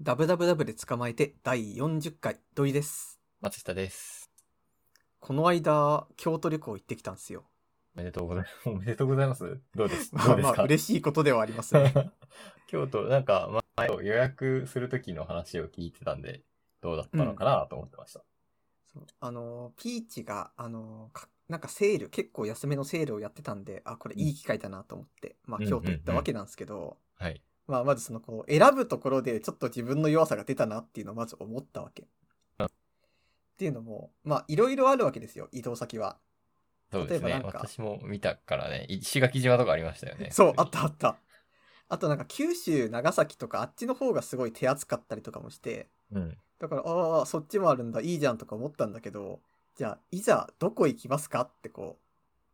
ダブダブダブで捕まえて第40回、土井です。松下です。この間、京都旅行行ってきたんですよ。おめでとうございます。おめでとうござい ます。どうですまあどうですまあか、嬉しいことではありますね。 京都、なんか、前を予約するときの話を聞いてたんで、どうだったのかなと思ってました。そうあの、ピーチが、あの、かなんかセール、結構安めのセールをやってたんで、あ、これいい機会だなと思って、まあうん京都行ったわけなんですけど、はい。まあまずそのこう、選ぶところでちょっと自分の弱さが出たなっていうのをまず思ったわけ。っていうのも、まあいろいろあるわけですよ、移動先は。そうです例ねえ。ばなんか私も見たからね、石垣島とかありましたよ ね。そう、あったあった。あとなんか九州、長崎とかあっちの方がすごい手厚かったりとかもして、うん。だから、ああ、そっちもあるんだ、いいじゃんとか思ったんだけど、じゃあ、いざどこ行きますかってこ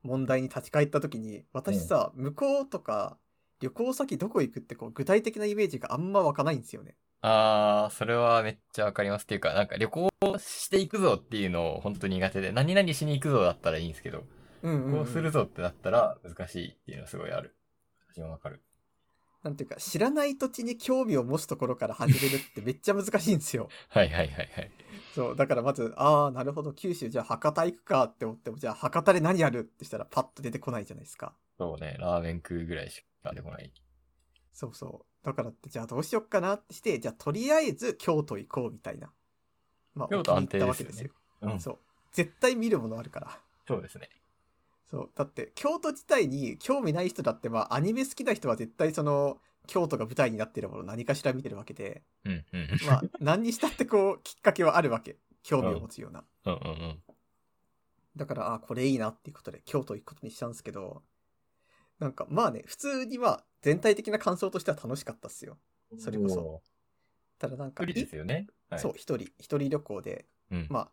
う、問題に立ち返った時に、私さ、向こうとか旅行先どこ行くってこう、具体的なイメージがあんま湧かないんですよね。あー、それはめっちゃわかります。っていうか、なんか旅行していくぞっていうのを本当に苦手で、何々しに行くぞだったらいいんですけど、うんうん、こうするぞってなったら難しいっていうのはすごいある。私もわかる。なんていうか、知らない土地に興味を持つところから始めるってめっちゃ難しいんですよ。はいはいはいはい。そう、だからまず、ああ、なるほど、九州じゃあ博多行くかって思っても、じゃあ博多で何やるってしたらパッと出てこないじゃないですか。そうね、ラーメン食うぐらいしか出てこない。そうそう。だからって、じゃあどうしよっかなってして、じゃあとりあえず京都行こうみたいな。まあ、京お都気に入ったわけ安定ですよよ。うんそう。絶対見るものあるから。そうですね。そう。だって、京都自体に興味ない人だって、まあ、アニメ好きな人は絶対その、京都が舞台になってるもの何かしら見てるわけで、うんうん。ま あ、何にしたってこう、きっかけはあるわけ。興味を持つような。うんうんうん。だから、あ、これいいなっていうことで、京都行くことにしたんですけど、なんか、まあね、普通には全体的な感想としては楽しかったっすよ。それこそおただなんー。か、一人ですよね。はい、そう、一人、一人旅行で、うん。まあ、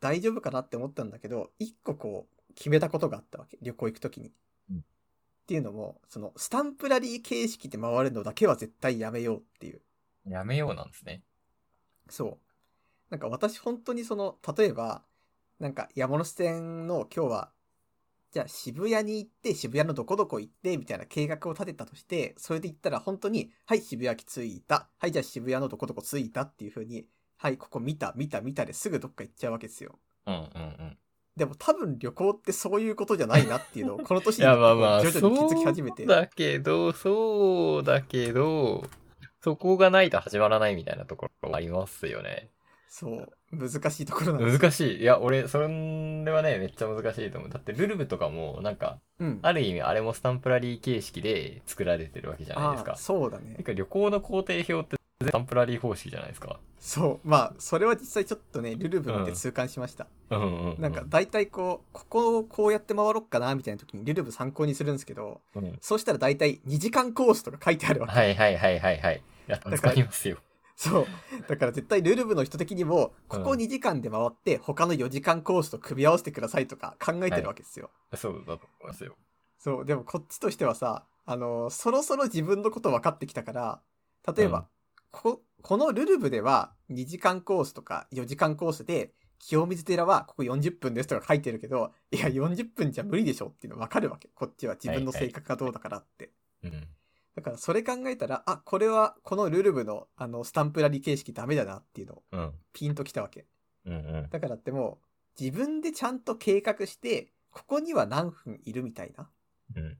大丈夫かなって思ったんだけど、一個こう、決めたことがあったわけ、旅行行くときに。うんっていうのも、その、スタンプラリー形式で回るのだけは絶対やめようっていう。やめようなんですね。そう。なんか私本当にその、例えば、なんか山手線の今日は、じゃあ渋谷に行って、渋谷のどこどこ行って、みたいな計画を立てたとして、それで行ったら本当に、はい、渋谷駅着いた。はい、じゃあ渋谷のどこどこ着いたっていう風に、はい、ここ見た、見た、見たですぐどっか行っちゃうわけですよ。うんうんうん。でも多分旅行ってそういうことじゃないなっていう のを、この年いになっやてこまあうまあ、徐々に気づき始めて。そうだけど、そうだけど、そこがないと始まらないみたいなところありますよね。そう。難しいところなんですよ。難しい。いや、俺、それはね、めっちゃ難しいと思う。だって、ルルブとかも、なんか、うん。ある意味、あれもスタンプラリー形式で作られてるわけじゃないですあかー。そうだねて。か、旅行の工程表って、スタンプラリー方式じゃないですか。そう。まあ、それは実際ちょっとね、ルルブンって痛感しました。うんうん、うん。なんか、大体こう、ここをこうやって回ろっかな、みたいな時にルルブ参考にするんですけど、うん、そうしたら大体2時間コースとか書いてあるわけ。はいはいはいはいはい。いや、ら助かりますよ。そう。だから絶対ルルブの人的にも、ここうん2時間で回って、他の4時間コースと組み合わせてくださいとか考えてるわけですよ。そうだと思いますよ。そう。でもこっちとしてはさ、あのーそろそろ自分のこと分かってきたから、例えば、うんこ、このルルブでは2時間コースとか4時間コースで、清水寺はここ40分ですとか書いてるけど、いや、40分じゃ無理でしょっていうの分かるわけ。こっちは自分の性格がどうだからって。うん。だからそれ考えたら、あ、これはこのルルブのあの、スタンプラリー形式ダメだなっていうのをうん。ピンときたわけ。うんうん。だからってもう、自分でちゃんと計画して、ここには何分いるみたいな。うん。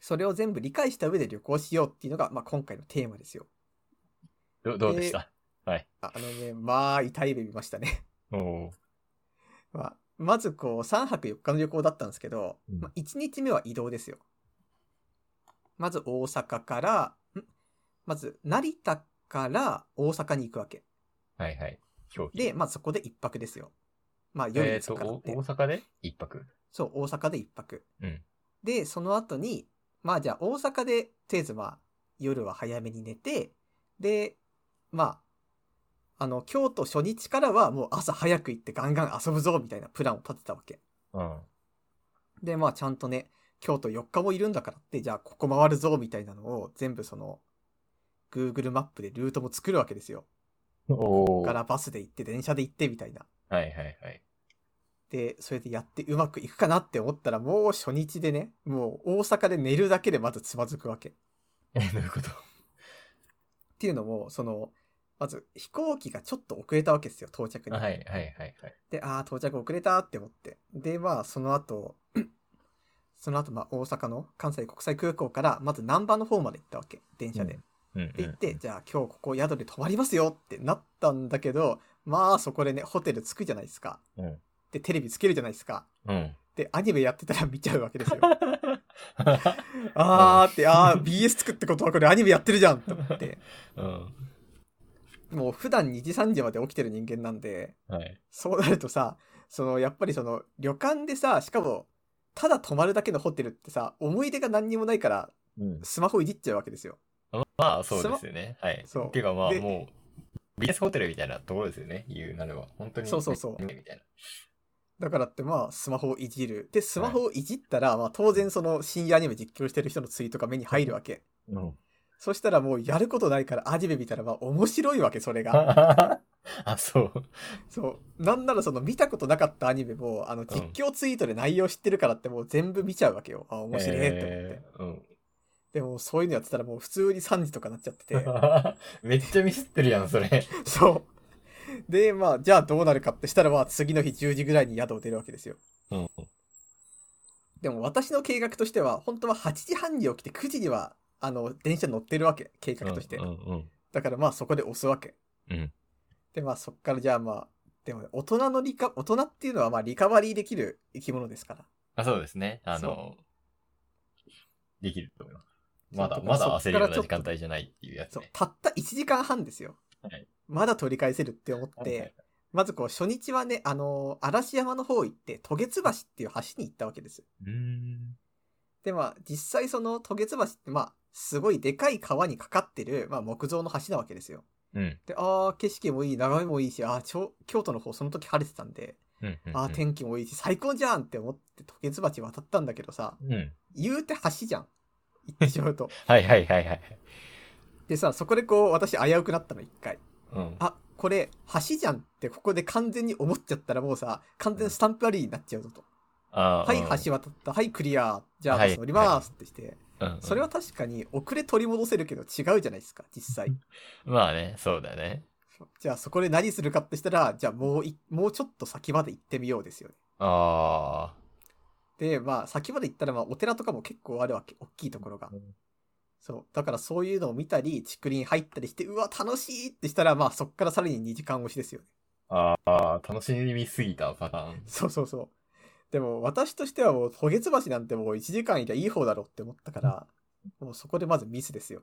それを全部理解した上で旅行しようっていうのが、まあ、今回のテーマですよ。どどうでした、ああのね、まあ、痛い目見ましたね。 おーまあ、まずこう、3泊4日の旅行だったんですけど、うんまあ、1日目は移動ですよ。まず大阪から、んまず成田から大阪に行くわけ。はいはい。表記で、まあそこで1泊ですよ。まあ夜えにっ、着と、くからっおて大阪で一泊。そう、大阪で1泊。うんで、その後に、まあじゃあ大阪で、とりあえずまあ、夜は早めに寝て、で、まあ、あの、京都初日からはもう朝早く行ってガンガン遊ぶぞ、みたいなプランを立てたわけ。うん。で、まあちゃんとね、京都4日もいるんだからって、じゃあここ回るぞ、みたいなのを全部その、Google マップでルートも作るわけですよ。おお。かはいらバスで行って、電車で行って、みたいな。はいはい。 で、それでやってうまくいくかなって思ったら、もう初日でね、もう大阪で寝るだけでまずつまずくわけ。っえ、どういうことていうのも、その、まず飛行機がちょっと遅れたわけですよ、到着に。はいはいはいはい。で、ああ、到着遅れたって思って。で、まあ、その後、 その後、まあ、大阪の関西国際空港から、まず南波の方まで行ったわけ、電車で。うんうん、で、行って、じゃあ今日ここ宿で泊まりますよってなったんだけど、まあ、そこでね、ホテル着くじゃないですか。うんで、テレビつけるじゃないですか。うん。 で、アニメやってたら見ちゃうわけですよ。あーって、あー、BS つくってことはこれアニメやってるじゃんと思って。うん。もう普段2時3時まで起きてる人間なんで、はい。そうなるとさ、そのやっぱりその旅館でさ、しかもただ泊まるだけのホテルってさ、思い出が何にもないからうん。スマホいじっちゃうわけですよ。まあ、そうですよね。はい。そうていうかまあ、でもう、ビジネスホテルみたいなところですよね。言うなれば。本当に。そうそうそうみたいだからってまあスマホをいじる。で、スマホをいじったら、まあ当然その深夜アニメ実況してる人のツイートが目に入るわけ。な。うん。そしたらもうやることないからアニメ見たらまあ面白いわけ、それが。 あ、そう。そう。なんならその見たことなかったアニメも、あの実況ツイートで内容知ってるからってもう全部見ちゃうわけよ。あ、面白いって思って。えーうん。でもそういうのやってたらもう普通に3時とかなっちゃってて。 めっちゃミスってるやん、それ。そう。で、まあ、じゃあどうなるかってしたら、まあ、次の日10時ぐらいに宿を出るわけですよ。うん。でも私の計画としては、本当は8時半に起きて9時には、あの、電車に乗ってるわけ、計画として。うんうんだからまあ、そこで押すわけ。うんで、まあ、そっからじゃあまあ、でもね、大人のリカ、大人っていうのはまあ、リカバリーできる生き物ですから。あ、そうですね。あの、できると思います。まだ、そうまだそ焦っるかよらうちなょっ時と間帯じゃないっていうやつそうね。、たった1時間半ですよ。はいまだ取り返せるって思って、まずこう、初日はね、あのー嵐山の方行って、渡月橋っていう橋に行ったわけです。うーん。で、まあ、実際その渡月橋って、まあ、すごいでかい川にかかってる、まあ、木造の橋なわけですよ。うん。で、ああ、景色もいい、眺めもいいし、ああ、ちょ京都の方その時晴れてたんで、うん。うんああ、天気もいいし、最高じゃんって思って渡月橋渡ったんだけどさ、うん。言うて橋じゃん。行ってしまうと。はいはいはいはい。でさ、そこでこう、私危うくなったの、一回。うん。あ、これ、橋じゃんってここで完全に思っちゃったらもうさ、完全にスタンプラリーになっちゃうぞと。あはい、はし橋渡った。はい、クリア。じゃあ、はバいス乗りますってして。うんそれは確かに遅れ取り戻せるけど違うじゃないですか、実際。まあね、そうだね。じゃあそこで何するかってしたら、じゃあもうい、もうちょっと先まで行ってみようですよね。あで、まあ先まで行ったらまあお寺とかも結構あるわけ、大きいところが。そう。だからそういうのを見たり、竹林入ったりして、うわ、楽しいってしたら、まあそっからさらに2時間越しですよね。あ。ああ、楽しみすぎたパターン。そうそうそう。でも私としてはもう、渡月橋なんてもう1時間いりゃいい方だろうって思ったから、もうそこでまずミスですよ。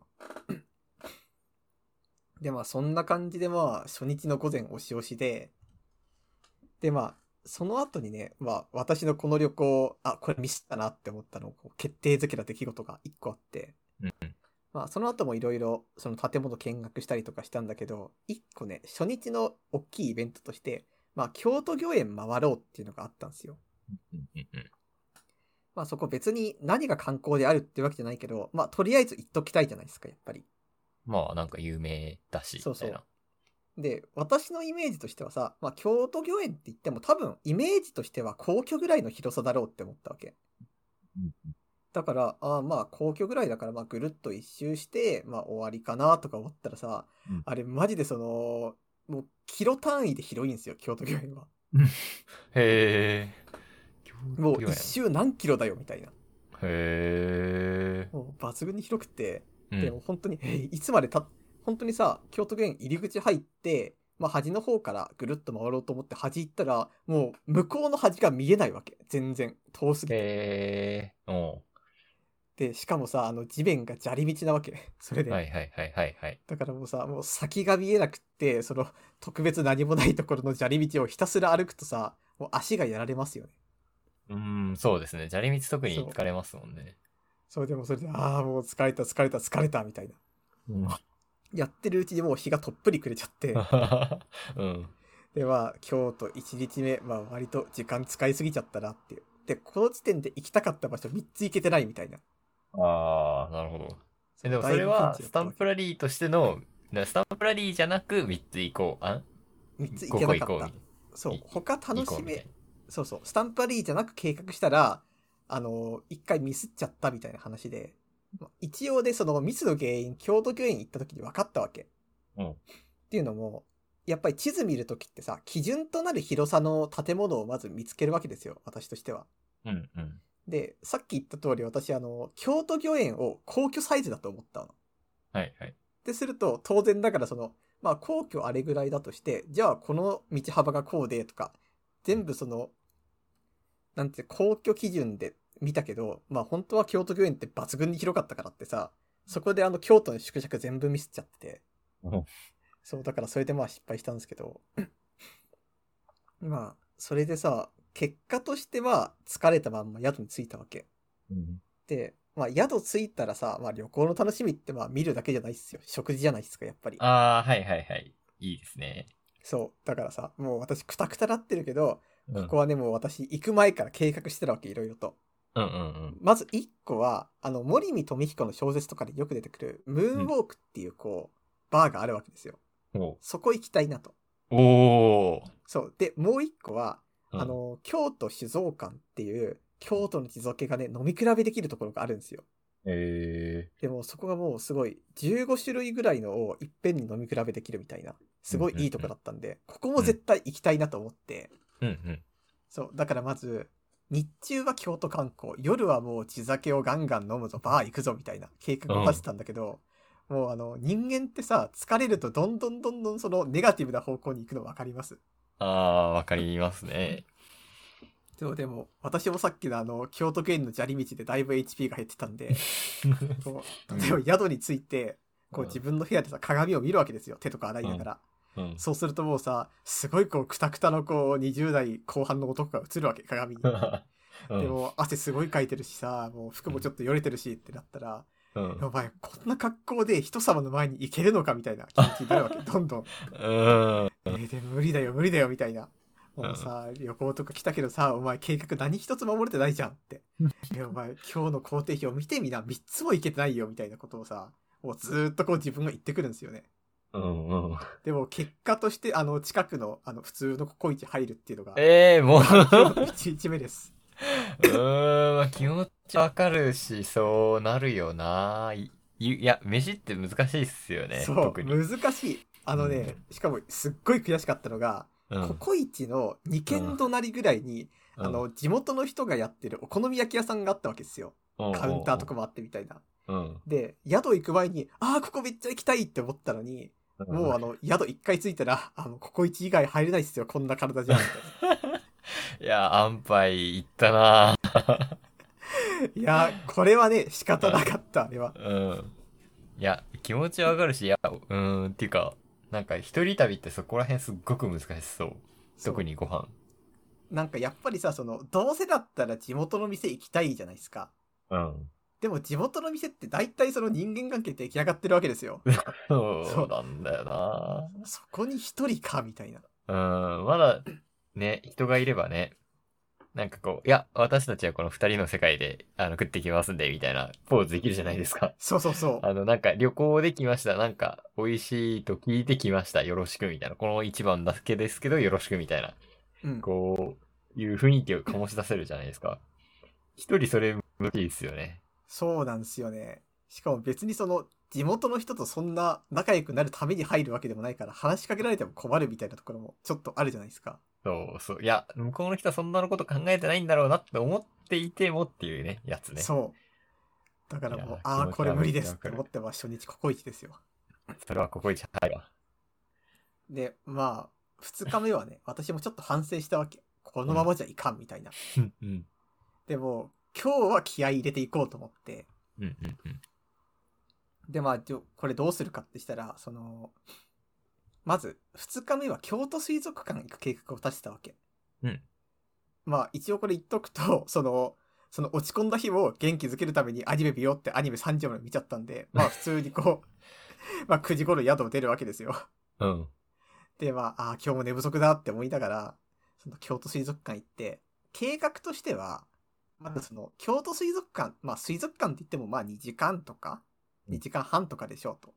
で、まあそんな感じでまあ初日の午前押し押しで、でまあ、その後にね、まあ私のこの旅行、あ、これミスったなって思ったのをこう決定づけた出来事が1個あって、うんまあその後もいろいろその建物見学したりとかしたんだけど、1個ね、初日の大きいイベントとして、まあ、京都御苑回ろうっていうのがあったんですよ。うんうんうんまあ、そこ別に何が観光であるってわけじゃないけど、まあ、とりあえず行っときたいじゃないですか、やっぱり。まあなんか有名だし、そうそうみたいで、私のイメージとしてはさ、まあ、京都御苑って言っても多分、イメージとしては皇居ぐらいの広さだろうって思ったわけうん。だから、ああまあ、皇居ぐらいだから、まあ、ぐるっと一周して、まあ、終わりかなとか思ったらさ、うんあれ、マジでその、もう、キロ単位で広いんですよ、京都御苑は。な。へえ。もう、京都御苑一周何キロだよ、みたいな。へもう、抜群に広くて、え。でも本当に、 えいつまでた、本当にさ、京都御苑入り口入って、まあ端の方からぐるっと回ろうと思って端行ったら、もう向こうの端が見えないわけ。全然。遠すぎて。へえ。おで、しかもさ、あの地面が砂利道なわけ。 それうで。はいはいはいはいはい。だからもうさ、もう先が見えなくって、その特別何もないところの砂利道をひたすら歩くとさ、もう足がやられますよね。うーん、そうですね。砂利道特に疲れますもんね。それでもそれで、ああ、もう疲れた疲れた疲れたみたいな。うん。やってるうちにもう日がとっぷり暮れちゃ って。うん。 では、京都1日目、まあ割と時間使いすぎちゃったなっていう。で、この時点で行きたかった場所3つ行けてないみたいな。ああ、なるほど。えでもそれは、スタンプラリーとしての、なスタンプラリーじゃなく、3つ行こう。あ3つ行け5個な行かこっうた。。そう、他行楽こうしみたいめ、そうそう、スタンプラリーじゃなく計画したら、あのー、1回ミスっちゃったみたいな話で、まあ一応でそのミスの原因、京都御苑行った時に分かったわけ。うんっていうのも、やっぱり地図見るときってさ、基準となる広さの建物をまず見つけるわけですよ、私としては。うんうん。で、さっき言った通り私、あの、京都御苑を皇居サイズだと思ったの。っはいはい。てすると、当然だからその、まあ皇居あれぐらいだとして、じゃあこの道幅がこうでとか、全部その、なんて、皇居基準で見たけど、まあ本当は京都御苑って抜群に広かったからってさ、そこであの京都の縮尺全部ミスっちゃってうん。そう、だからそれでまあ失敗したんですけど。まあ、それでさ、結果としては疲れたまんま宿に着いたわけ。うん、で、まあ宿着いたらさ、まあ旅行の楽しみってまあ見るだけじゃないっすよ。食事じゃないっすか、やっぱり。ああ、はいはいはい。いいですね。そう。だからさ、もう私クタクタなってるけど、うん、ここはね、もう私行く前から計画してたわけ、いろいろと。うんうんまず1個は、あの、森見富彦の小説とかでよく出てくる、ムーンウォークっていうこう、バーがあるわけですよ。うん。おうそこ行きたいなと。おそう。で、もう1個は、ーあ、の、京都酒造館っていう、京都の地酒がね、飲み比べできるところがあるんですよ。うんえでもそこがもうすごい15種類ぐらいのをいっぺんに飲み比べできるみたいな、すごいいいとこだったんで、ここも絶対行きたいなと思って、ー、うんうん。そう、だからまず、日中は京都観光、夜はもう地酒をガンガン飲むぞ、バー行くぞみたいな計画を立てたんだけど、もうあの、人間ってさ、疲れるとどんどんどんどんそのネガティブな方向に行くの分かりますああ、わかりますね。そう、でも、私もさっきのあの、京都県の砂利道でだいぶ HP が減ってたんで、こう例えば宿について、こううん自分の部屋でさ、鏡を見るわけですよ。手とか洗いながら。うん、そうするともうさ、すごいこう、くたくたのこう、20代後半の男が映るわけ、鏡に。でうんも、汗すごいかいてるしさ、もう服もちょっとよれてるしってなったら、うんお前、こんな格好で人様の前に行けるのかみたいな気持ちになるわ け、どんどん。うん。えーでも無理だよ、無理だよ、みたいな。もうさ、旅行とか来たけどさ、お前計画何一つ守れてないじゃん って。いやお前、今日の工程表見てみな、3つもいけてないよ、みたいなことをさ、もうずーっとこう自分が言ってくるんですよね。うんうん。でも結果として、あの、近くの、あの、普通のココイチ入るっていうのが、ええー、もう、う今日の1日目です。ーんまあ、気持ちわかるし、そうなるよな。いいや、飯って難しいっすよ ね。そう、特に。難しい。あのね、しかもすっごい悔しかったのが、うんココイチの2軒隣ぐらいに、あ、の、地元の人がやってるお好み焼き屋さんがあったわけですよ。カウンターとかか。もあってみたいな。うん。で、宿行く前に、ああ、ここめっちゃ行きたいって思ったのに、もうあの、宿一回着いたら、あの、ここ一以外入れないっすよ、こんな体じゃん。みいや、安牌いったな。たいないやー、これはね、仕方なかった、あれは。うん。いや、気持ちわかるし、いや、うーん、っていうか、なんか一人旅ってそこら辺すっごく難しそう。特にご飯。そう。なんかやっぱりさ、その、どうせだったら地元の店行きたいじゃないですか。うん。でも地元の店って大体その人間関係出来上がってるわけです よ。そうなんだよな。そこに一人か、みたいな。うん、まだ、ね、人がいればね、なんかこう、いや、私たちはこの二人の世界で、あの、食ってきますんで、みたいな、ポーズできるじゃないですか。そうそうそう。あの、なんか、旅行できました、なんか、美味しいと聞いてきました、よろしく、みたいな。この一番だけですけど、よろしく、みたいな、うん。こう、いう雰囲気を醸し出せるじゃないですか。一人それ、無理ですよね。そうなんですよね。しかも別にその地元の人とそんな仲良くなるために入るわけでもないから話しかけられても困るみたいなところもちょっとあるじゃないですか。そうそう。いや、向こうの人はそんなのこと考えてないんだろうなって思っていてもっていうね、やつね。そう。だからもいうや、ああ、気持ちこれ無理ですわっかてる思って、まあ初日ココイチですよ。それはここ一入るわ。で、まあ、2日目は ね、私もちょっと反省したわけ。このままじゃいかんみたいな。うん、うん、でも、今日は気合い入れていこうと思って。うん、うんうん。で、まあ、じょこれどうするかってしたら、その、まず、2日目は京都水族館行く計画を立てたわけ。うん。まあ、一応これ言っとくと、 その、その落ち込んだ日を元気づけるためにアニメ見ようってアニメ3時まで見ちゃったんで、まあ普通にこう、 まあ9時頃宿を出るわけですよ。うん。で、まあ、あー今日も寝不足だって思いながら、その京都水族館行って、計画としては、まずその京都水族館、まあ水族館って言ってもまあ2時間とか、うん2時間半とかでしょうと。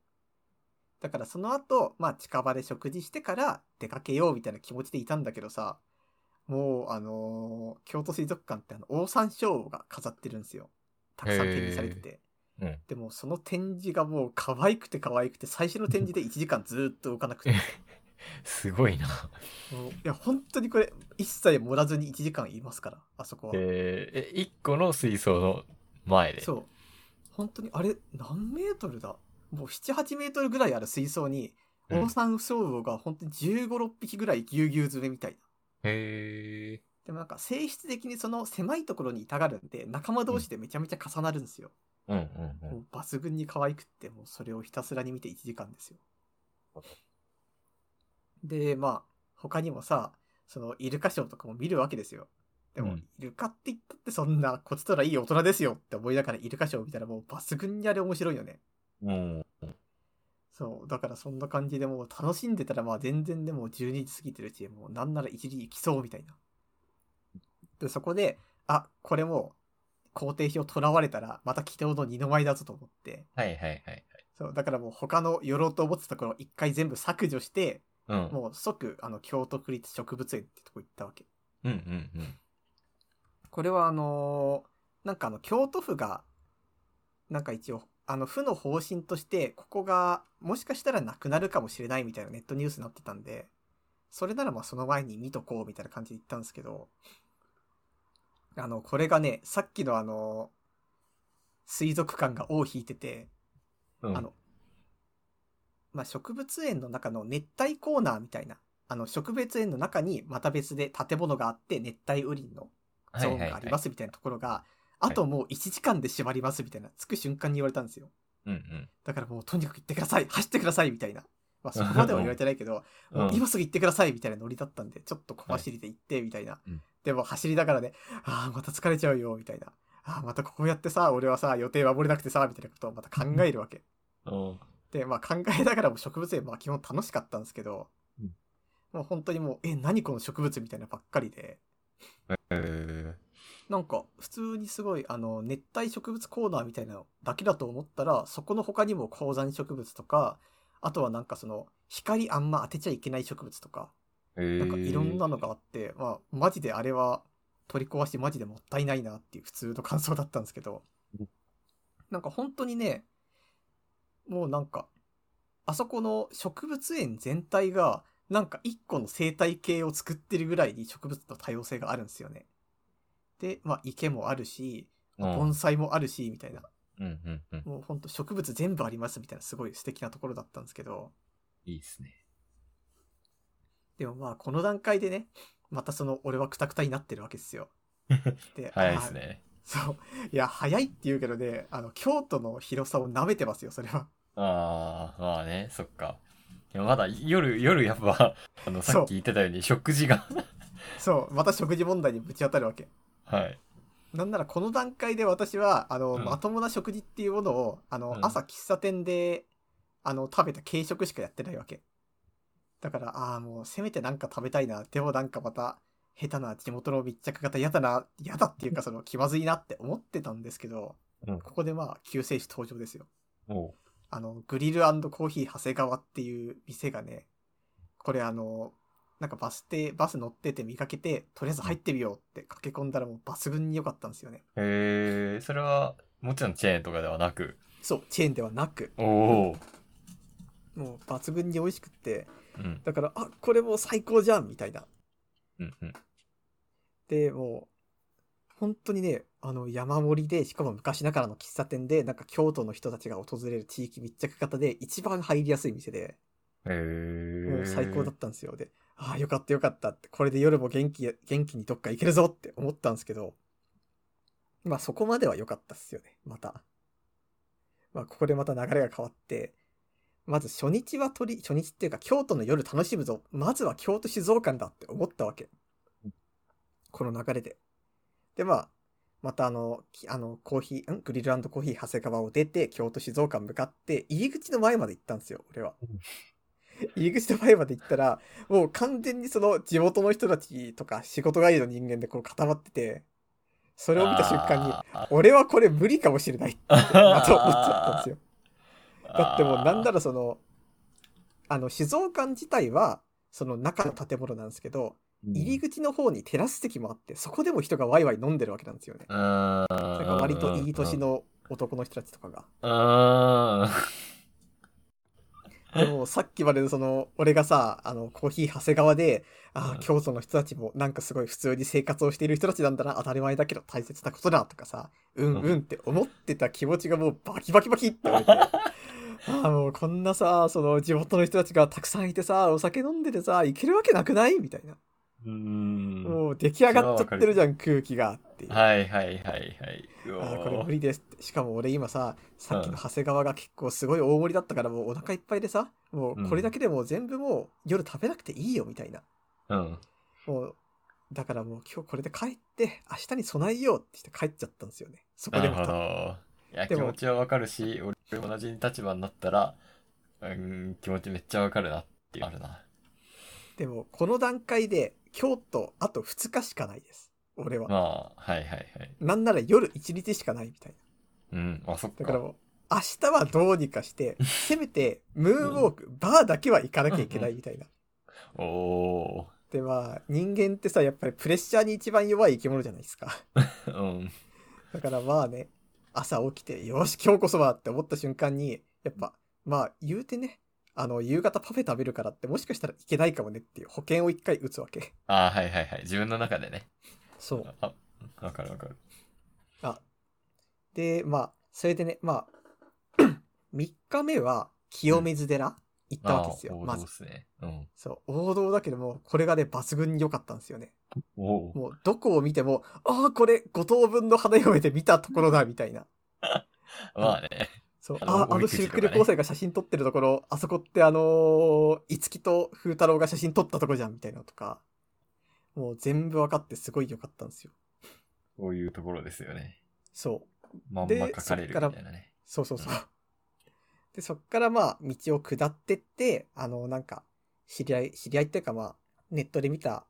だからその後、まあ近場で食事してから出かけようみたいな気持ちでいたんだけどさ、もうあのー京都水族館ってあの、オオサンショウウオが飾ってるんですよ。たくさん展示されてて。うんでもその展示がもう可愛くて可愛くて最初の展示で1時間ずーっと動かなくてすごいな。もういや本当にこれ一切盛らずに1時間いますからあそこは、えー、え、1個の水槽の前で。そう本当にあれ何メートルだもう78メートルぐらいある水槽にうんオオサンショウウオが本当に1 5 6匹ぐらいぎゅうぎゅう詰めみたいなへえ。でもなんか性質的にその狭いところにいたがるんで仲間同士でめちゃめちゃ重なるんですよ、うんうんうもん。う抜群に可愛くってもうそれをひたすらに見て1時間ですよでまあ他にもさそのイルカショーとかも見るわけですよでも、うんイルカって言ったってそんなこっちとらいい大人ですよって思いながらイルカショー見たらもう抜群にあれ面白いよねうん。そうだからそんな感じでもう楽しんでたらまあ全然でもう12時過ぎてるうちにもうなんなら一時行きそうみたいなでそこであこれもう工程表とらわれたらまた祈祷の二の舞だぞと思ってはいはいはい。そう、だからもう他の寄ろうと思ってたところを一回全部削除して、うん。もう即、あの、京都区立植物園ってとこ行ったわけ。うんうんうん。これはあのーなんかあの、京都府が、なんか一応、あの、府の方針として、ここが、もしかしたらなくなるかもしれないみたいなネットニュースになってたんで、それならまあその前に見とこうみたいな感じで行ったんですけど、あの、これがね、さっきのあの水族館が尾を引いてて、うんあの、まあ、植物園の中の熱帯コーナーみたいな、あの、植物園の中にまた別で建物があって、熱帯雨林のゾーンがありますみたいなところが、いあともう1時間で閉まりますみたいな、着く瞬間に言われたんですよ。はいはいはい。うんだからもうとにかく行ってください走ってくださいみたいな。まあ、そこまでは言われてないけど、 うんもう今すぐ行ってくださいみたいなノリだったんで、ちょっと小走りで行ってみたいな。うんでも走りながらね、ああ、また疲れちゃうよみたいな。ああ、またこうやってさ、俺はさ、予定守れなくてさ、みたいなことをまた考えるわけ。うん。うん。で、まあ考えながらも植物園、まあ基本楽しかったんですけど、うんもう本当にもう、え、何この植物みたいなばっかりで、えーなんか普通にすごい、あの、熱帯植物コーナーみたいなのだけだと思ったら、そこの他にも高山植物とか、あとはなんかその、光あんま当てちゃいけない植物とか、えなんかーいろんなのがあって、まあマジであれは取り壊してマジでもったいないなっていう普通の感想だったんですけどうん、なんか本当にね、もうなんか、あそこの植物園全体が、なんか一個の生態系を作ってるぐらいに植物の多様性があるんですよね。で、まあ池もあるし、うん盆栽もあるし、みたいな。うんうんうん。もうほんと植物全部ありますみたいなすごい素敵なところだったんですけど、いいですね。でもまあこの段階でね、またその俺はクタクタになってるわけですよ。で 早いですね。そう。いや、早いって言うけどね、あの、京都の広さを舐めてますよ、それは。ああ、まあね、そっか。いやまだ夜、夜やっぱ、あの、さっき言ってたように食事が。 そう、また食事問題にぶち当たるわけ。はい。なんならこの段階で私は、あの、うんまともな食事っていうものを、あの、うん朝喫茶店で、あの、食べた軽食しかやってないわけ。だから、ああ、もう、せめてなんか食べたいな。でもなんかまた、下手な地元の密着型嫌だな、嫌だ っていうか、その、気まずいなって思ってたんですけど、うんここでまあ、救世主登場ですよ。もあの、グリルコーヒー長谷川っていう店がね、これあの、なんかバス停、バス乗ってて見かけて、とりあえず入ってみようって駆け込んだらもう抜群に良かったんですよね。う。へえー、それは、もちろんチェーンとかではなく。そう、チェーンではなく、おお。もう抜群に美味しくって、うん。だから、あ、これもう最高じゃんみたいな。うんうん。で、もう、本当にね、あの、山盛りで、しかも昔ながらの喫茶店で、なんか京都の人たちが訪れる地域密着型で、一番入りやすい店で、へえもう最高だったんですよ。で、ああ、よかったよかったって、これで夜も元気、元気にどっか行けるぞって思ったんですけど、まあそこまでは良かったっすよね、また。まあここでまた流れが変わって、まず初日は鳥、初日っていうか京都の夜楽しむぞ。まずは京都静岡だって思ったわけ。この流れで。で、まあ、またあの、きあの、コーヒー、んグリルコーヒー長谷川を出て、京都静岡向かって、入り口の前まで行ったんですよ、俺は。入り口の前まで行ったら、もう完全にその地元の人たちとか仕事帰りの人間でこう固まってて、それを見た瞬間に、あ俺はこれ無理かもしれないってまた思っちゃったんですよ。ーだってもうなんならその、あの、静岡館自体は、その中の建物なんですけど、入り口の方にテラス席もあって、そこでも人がワイワイ飲んでるわけなんですよね。うん。だかだから割といい年の男の人たちとか が。あでもさっきまでのその、俺がさ、あの、コーヒー長谷川で、あうんあ、京都の人たちもなんかすごい普通に生活をしている人たちなんだな、当たり前だけど大切なことだとかさ、うんううんって思ってた気持ちがもうバキバキバキって折 れて。ああもうこんなさ、その地元の人たちがたくさんいてさ、お酒飲んでてさ、いけるわけなくないみたいな。ー。うーん。もう出来上がっちゃってるじゃん、空気がっていう。はいはいはいはい。うおあーこれ無ー理ですってしかも俺今ささっきの長谷川が結構すごい大盛りだったからもうお腹いっぱいでさもうこれだけでもう全部もう夜食べなくていいよみたいなうん。もうだからもう今日これで帰って明日に備えようってして帰っちゃったんですよねそこなでるほまたど。いや、気でも持ちはわかるし、俺も同じ立場になったら、うーん、気持ちめっちゃわかるなっていうあるな。でもこの段階で今日とあと2日しかないです俺は、まあ、はいはいはい。なんなら夜1日しかないみたいうん、あ、そっなだか。からもう明日はどうにか してせめてムーンウォーク、バーだけは行かなきゃいけないみたいなおでまあ人間ってさやっぱりプレッシャーに一番弱い生き物じゃないですか ー。うん。だからまあね朝起きてよし今日こそはって思った瞬間にやっぱまあ言うてねあの夕方パフェ食べるからってもしかしたらいけないかもねっていう保険を一回打つわけあーはいはいはい。自分の中でね。そうあ、わかるわかる。あでまあそれでねまあ3 日目は清水寺行ったわけですよ、あまー王道ずっすね。うん。そう王道だけどもこれがね抜群に良かったんですよねおお。もうどこを見ても、ああ、これ5等分の花嫁で見たところだ、みたいな。まあね。そう、あのああ、おあみのくじ修とかクねル光生が写真撮ってるところ、あそこってあのー、いつきと風太郎が写真撮ったところじゃん、みたいなのとか。もう全部分かってすごい良かったんですよ。こういうところですよね。そう。まんでま書かれるみたいなね。そう そうそう。で、そっからまあ、道を下ってって、あの、なんか、知り合い、知り合いっていうかまあ、ネットで見た、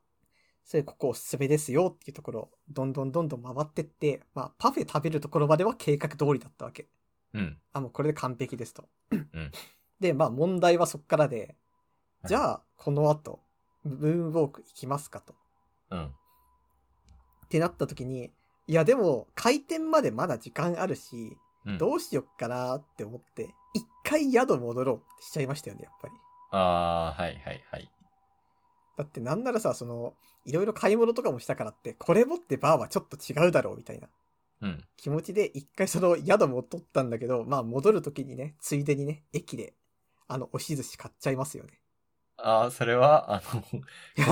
それここおすすめですよっていうところを、どんどんどんどん回ってって、まあ、パフェ食べるところまでは計画通りだったわけ。うん。あ、もうこれで完璧ですと。んで、まあ問題はそっからで、じゃあこの後、ムーンウォーク行きますかと。うん。ってなった時に、いやでも開店までまだ時間あるし、うん。どうしよっかなって思って、一回宿戻ろうってしちゃいましたよね、やっぱり。ああ、はいはいはい。だってなんならさ、その、いろいろ買い物とかもしたからって、これ持ってバーはちょっと違うだろうみたいなうん。気持ちで一回その宿も取ったんだけど、まあ戻る時にね、ついでにね、駅で、あの、押し寿司買っちゃいますよね。ああ、それは、あの、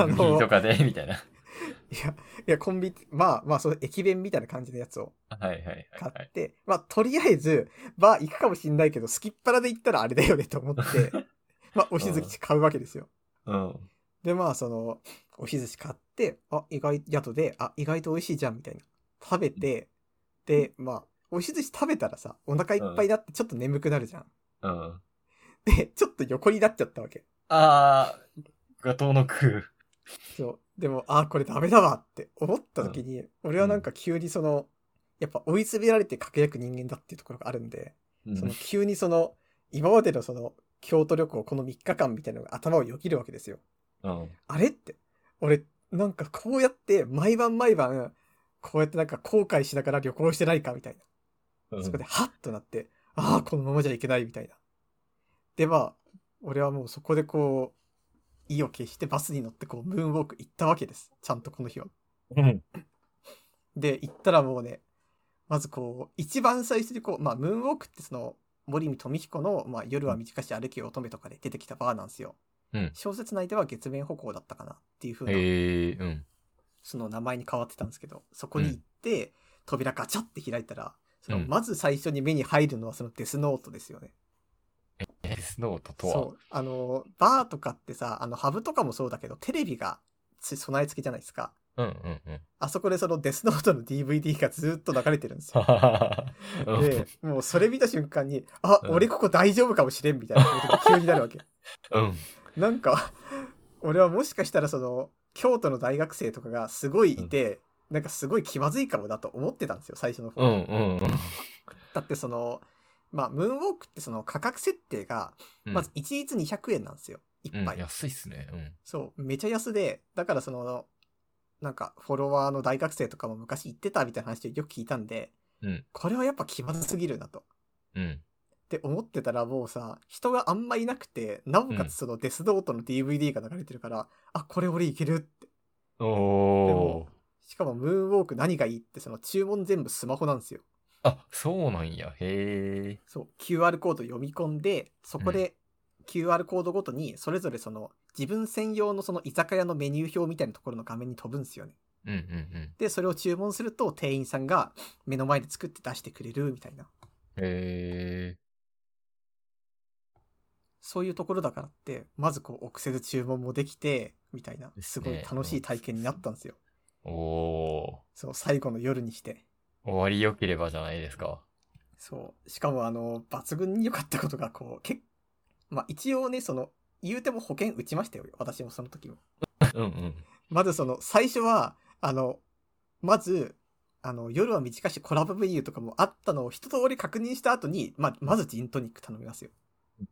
いやコンビニとかで、みたいな。いや、いや、コンビニ、まあまあ、その駅弁みたいな感じのやつをはいはいはい買はいっ。て、まあ、とりあえず、バー行くかもしんないけど、すきっ腹で行ったらあれだよねと思 って、まあ、おし寿司買うわけですよ。うん。で、まあ、その、おし寿司買って、あ、意外、宿で、あ、意外と美味しいじゃん、みたいな。食べて、で、まあ、おし寿司食べたらさ、お腹いっぱいになってちょっと眠くなるじゃん。うん。で、ちょっと横になっちゃったわけ。ああ、ガトーの空。そう。でも、あー、これダメだわって思った時に、俺はなんか急にその、やっぱ追い詰められて輝く人間だっていうところがあるんで、うんその急にその、今までのその、京都旅行この3日間みたいなのが頭をよぎるわけですよ。うん。あれって、俺、なんかこうやって毎晩毎晩、こうやってなんか後悔しながら旅行してないかみたいな。うんそこでハッとなって、ああ、このままじゃいけないみたいな。で、まあ、俺はもうそこでこう、意を決してバスに乗ってこう、ムーンウォーク行ったわけです。ちゃんとこの日は。うん。で、行ったらもうね、まずこう、一番最初にこう、まあ、ムーンウォークってその、森見富彦の、まあ、夜は短し歩き乙女とかで出てきたバーなんですよ。うん小説内では月面歩行だったかなっていう風な、ええー、うん。その名前に変わってたんですけど、そこに行って、扉ガチャって開いたら、そのうんまず最初に目に入るのはそのデスノートですよね。デスノートとはそう。あの、バーとかってさ、あの、ハブとかもそうだけど、テレビがつ備え付けじゃないですか。うんうんうん。あそこでそのデスノートの DVD がずっと流れてるん ですよ。ははははで、もうそれ見た瞬間に、あ、うん俺ここ大丈夫かもしれんみたいなことが急になる わけ。うん。なんか、俺はもしかしたらその、京都の大学生とかがすごいいて、なんかすごい気まずいかもだと思ってたんですよ、最初の方。うんうんうん。だってその、まあ、ムーンウォークってその価格設定が、うんまず1日200円なんですよ、一うん杯。安いっすね。うん。そう、めちゃ安で、だからその、なんか、フォロワーの大学生とかも昔行ってたみたいな話をよく聞いたんで、うんこれはやっぱ気まずすぎるなと。うん。って思ってたらもうさ、人があんまいなくて、なおかつそのデスノートの DVD が流れてるから、あ、これ俺いけるって。おー。しかもムーンウォーク何がいいってその注文全部スマホなんですよ。あ、そうなんや。へえ。そう、QR コード読み込んで、そこで QR コードごとにそれぞれその自分専用のその居酒屋のメニュー表みたいなところの画面に飛ぶんですよね。うんうんで、それを注文すると店員さんが目の前で作って出してくれるみたいな。うん。へえ。そういうところだからって、まずこう、臆せず注文もできて、みたいな、ですすねごい楽しい体験になったんですよ。おー。そう、最後の夜にして。終わり良ければじゃないですか。そう。しかもあの、抜群に良かったことが、こう、けっまあ一応ね、その、言うても保険打ちましたよ。私もその時も。うんうん。まずその、最初は、あの、まず、あの、夜は短いしコラボメニューとかもあったのを一通り確認した後に、まあ、まずジントニック頼みますよ。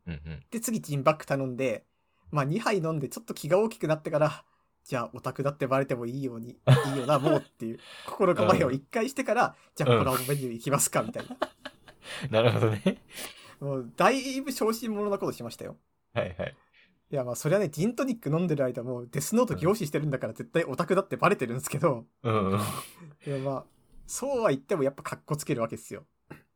うんうん。で、次ジンバック頼んで、まあ2杯飲んでちょっと気が大きくなってから、じゃあオタクだってバレてもいいように、いい よな、もうっていう心構えを一回してから、じゃあコラボメニュー行きますか、みたいな。なるほどね。もうだいぶ小心者なことしましたよ。はいはい。いやまあそれはね、ジントニック飲んでる間もうデスノート凝視してるんだから絶対オタクだってバレてるんですけど、うんういん。やまあ、そうは言ってもやっぱカッコつけるわけですよ。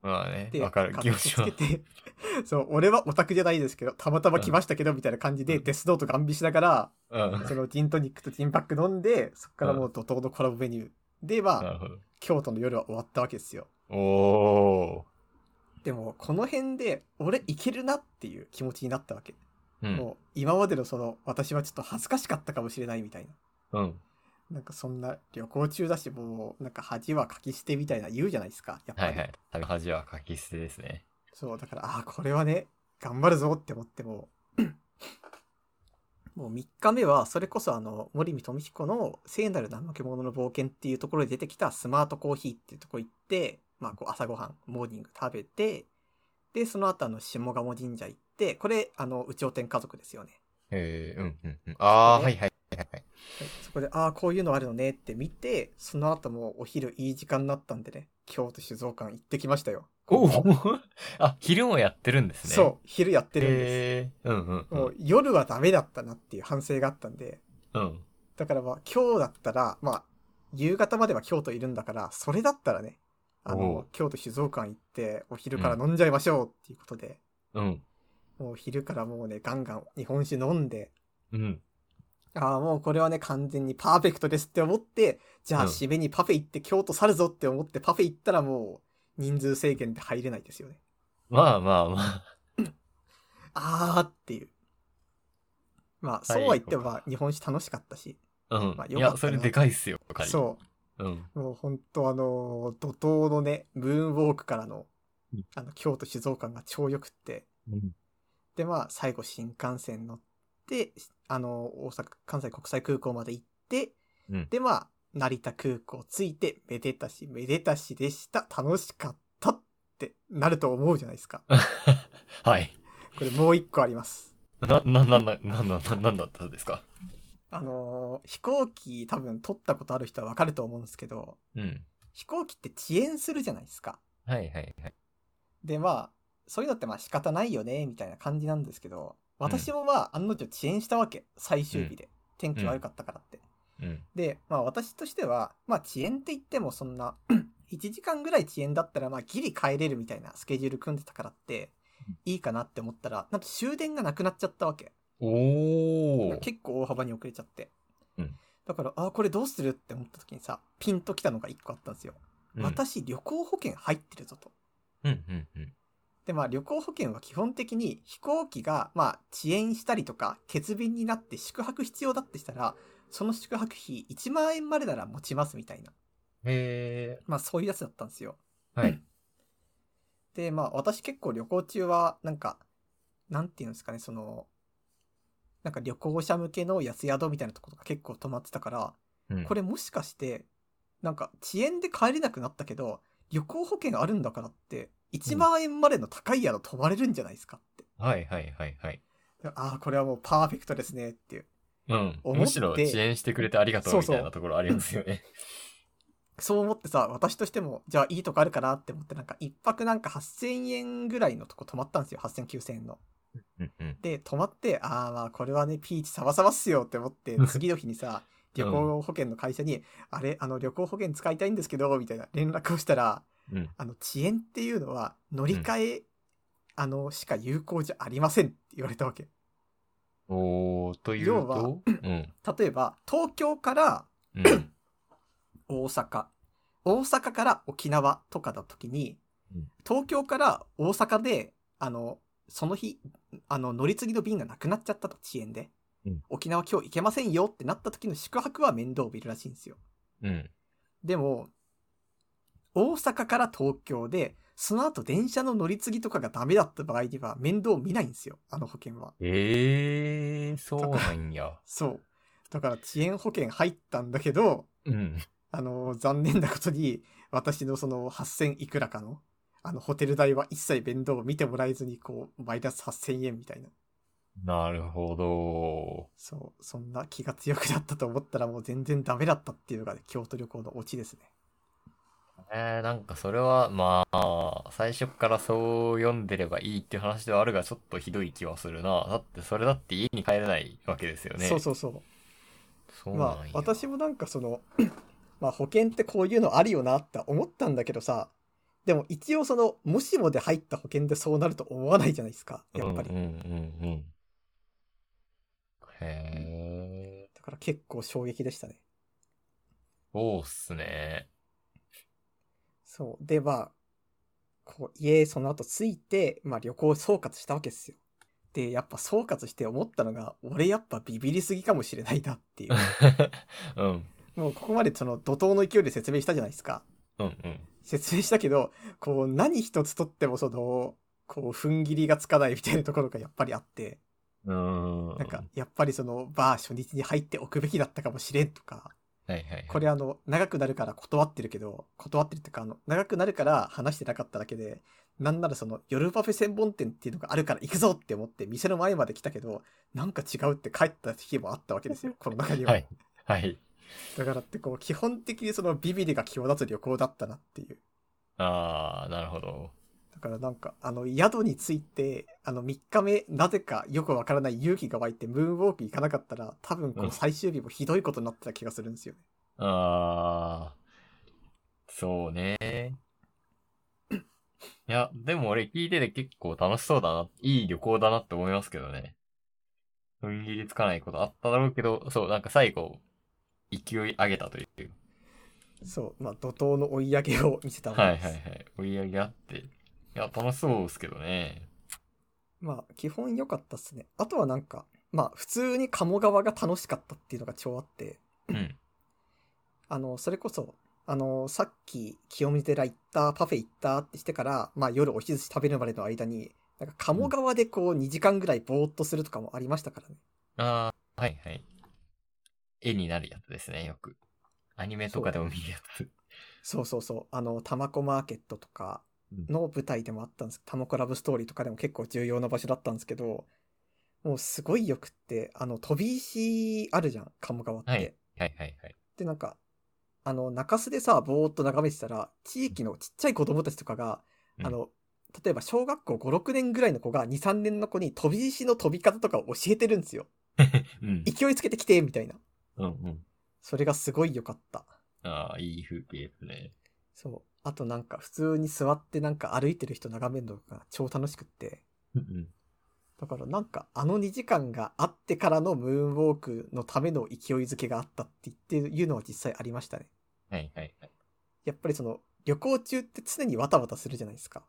まあね、で、わかるカ気ッ持コつちはけ。て、 そう、俺はオタクじゃないですけど、たまたま来ましたけど、みたいな感じで、うんデスノートガン見しながら、うん。そのジントニックとジンバック飲んで、そこからもう怒涛のコラボメニュー。で、まなあ、るほ京都の夜は終わったわけですよ。ど。おでも、この辺で、俺いけるなっていう気持ちになったわけ。ー。うん。もう、今までのその、私はちょっと恥ずかしかったかもしれないみたいな。うん。なんかそんな旅行中だし、もう、なんか恥はかき捨てみたいな言うじゃないですか。やっぱはり。いはい。旅恥は書き捨てですね。そう、だから、ああ、これはね、頑張るぞって思っても う、もう3日目は、それこそあの、森見富彦の聖なる怠け者の冒険っていうところで出てきたスマートコーヒーっていうとこ行って、まあ、こう、朝ごはん、モーニング食べて、で、その後あの、下鴨神社行って、これ、あの、宇宙天家族ですよね。へえ、うんうんうん。ああ、ねはいはいはいはい。そこで、ああ、こういうのあるのねって見て、その後もお昼いい時間になったんでね、京都酒造館行ってきましたよ。おお あ、昼もやってるんですね。そう、昼やってうるんです。へえ、うんうんうん。もう夜はダメだったなっていう反省があったんで、うん。だからまあ今日だったら、まあ夕方までは京都いるんだから、それだったらね、あおのう、京都酒造館行ってお昼から飲んじゃいましょうっていうことで、うん。もう昼からもうね、ガンガン日本酒飲んで、うん。ああ、もうこれはね、完全にパーフェクトですって思って、じゃあうん締めにパフェ行って京都去るぞって思ってパフェ行ったらもう人数制限で入れないですよね。まあまあまあ。ああっていう。まあそうは言ってもまあ日本酒楽しかったし、うんまあ。いよかったや、なそれでかいっすよ、かりそう。う。うん。もう本当あのー怒涛のね、ムーンウォークからのうん、あの、京都静岡が超良くって、で、まあ、最後新幹線乗って、あのー大阪、関西国際空港まで行って、うんで、まあ、成田空港着いて、めでたし、めでたしでした、楽しかったってなると思うじゃないです か。はい。これもう一個あります。な、な、な、な、な、な、ななんだったんですかあのー飛行機多分取ったことある人はわかると思うんですけど、うん。飛行機って遅延するじゃないですか。はいはいはい。でまあそういうのってまあ仕方ないよねみたいな感じなんですけど私もまあ案の定遅延したわけ最終日で、天気悪かったからって、うん。でまあ私としてはまあ遅延って言ってもそんな 1時間ぐらい遅延だったらまあギリ帰れるみたいなスケジュール組んでたからってうんいいかなって思ったらなんと終電がなくなっちゃったわけおー。結構大幅に遅れちゃって、うんだからあーこれどうするって思った時にさピンときたのが1個あったんですよ、うん、私旅行保険入ってるぞとうんうんうん。で、まあ旅行保険は基本的に飛行機が、まあ遅延したりとか、欠便になって宿泊必要だってしたら、その宿泊費1万円までなら持ちますみたいな。へえ。まあそういうやつだったんですよ。はい。で、まあ私結構旅行中は、なんか、なんていうんですかね、その、なんか旅行者向けの安宿みたいなところが結構泊まってたから、うんこれもしかして、なんか遅延で帰れなくなったけど、旅行保険あるんだからって、1万円までの高い宿泊まれるんじゃないですかって。はいはいはいはい。ああ、これはもうパーフェクトですねっていう。うん。思ってむしろ遅延してくれてありがとそううみそうたいなところありますよね。そう思ってさ、私としても、じゃあいいとこあるかなって思って、なんか一泊なんか8000円ぐらいのとこ泊まったんですよ。8000、9000円の。うんうん。で、泊まって、ああまあこれはね、ピーチサバサバっすよって思って、次の日にさ、旅行保険の会社に、あれ、あの旅行保険使いたいんですけど、みたいな連絡をしたら、うんあの遅延っていうのは乗り換え、あの、しか有効じゃありませんって言われたわけ。おー、という要はと、うん。例えば、東京からうん。大阪、大阪から沖縄とかだときにうん、東京から大阪で、あの、その日、あの、乗り継ぎの便がなくなっちゃったと、遅延で。うん沖縄今日行けませんよってなった時の宿泊は面倒見るらしいんですよ。うん。でも、大阪から東京で、その後電車の乗り継ぎとかがダメだった場合には面倒見ないんですよ、あの保険は。えー、そうなんや。そう。だから遅延保険入ったんだけど、うん。あの、残念なことに、私のその8000いくらかの、あの、ホテル代は一切弁当を見てもらえずに、こう、マイナス8000円みたいな。なるほど。そう、そんな気が強くなったと思ったらもう全然ダメだったっていうのが、ね、京都旅行のオチですね。えー、なんかそれは、まあ、最初からそう読んでればいいっていう話ではあるが、ちょっとひどい気はするな。だってそれだって家に帰れないわけですよね。そうそうそう。そうなんまあや。、私もなんかその、 まあ保険ってこういうのあるよなって思ったんだけどさ、でも一応その、もしもで入った保険でそうなると思わないじゃないですか、やっぱり。うんうんうんうん。へえ。だから結構衝撃でしたね。そうっすね。 そう。で、まあ、こう、家、その後着いて、まあ旅行総括したわけですよ。で、やっぱ総括して思ったのが、俺やっぱビビりすぎかもしれないなって いう。うん。もうここまでその怒涛の勢いで説明したじゃないですか。うんうん。説明したけど、こう、何一つとってもその、こう、踏ん切りがつかないみたいなところがやっぱりあって、うーん。なんか、やっぱりその、バー初日に入っておくべきだったかもしれんとか、はいはいはい。これあの、長くなるから断ってるけど、断ってるっていうか、あの、長くなるから話してなかっただけで、なんならその、夜パフェ専門店っていうのがあるから行くぞって思って、店の前まで来たけど、なんか違うって帰った日もあったわけ ですよ、この中には。はい。はい。だからってこう、基本的にそのビビリが際立つ旅行だったなっていう。ああ、なるほど。だからなんか、あの、宿について、あの、3日目、なぜかよくわからない勇気が湧いて、ムーンウォーク行かなかったら、多分こうのん最終日もひどいことになってた気がするんですよね。ああ、そうね。いや、でも俺聞いてて結構楽しそうだな、いい旅行だなって思いますけどね。踏ん切りつかないことあっただろうけど、そう、なんか最後、勢い上げたという。そう、まあ、怒涛の追い上げを見せたわはいけはいです。はい。追い上げあって。いや、楽しそうですけどね。まあ、基本良かったっすね。あとはなんか、まあ、普通に鴨川が楽しかったっていうのが超あって、うん。あの、それこそ、あの、さっき清水寺行った、パフェ行ったってしてから、まあ夜お昼寿司食べるまでの間に、なんか鴨川でこう2時間ぐらいぼーっとするとかもありましたからね。ああ、はいはい。絵になるやつですね、よく。アニメとかでも見るやつ。そうそうそう。あの、タマコマーケットとかの舞台でもあったんです。タマコラブストーリーとかでも結構重要な場所だったんですけど、もうすごいよくって、あの、飛び石あるじゃん、鴨川って。はいはいはいはい。で、なんか、あの、中洲でさ、ぼーっと眺めてたら、地域のちっちゃい子供たちとかが、うんあの、例えば小学校5、6年ぐらいの子が2、3年の子に飛び石の飛び方とかを教えてるんですよ。うん。勢いつけてきて、みたいな。うんうん。それがすごい良かった。ああ、いい風景ですね。そう。あとなんか、普通に座ってなんか歩いてる人眺めるのが超楽しくって。うん。だからなんか、あの2時間があってからのムーンウォークのための勢いづけがあったって言っていうのは実際ありましたね。はいはいはい。やっぱりその、旅行中って常にわたわたするじゃないですか。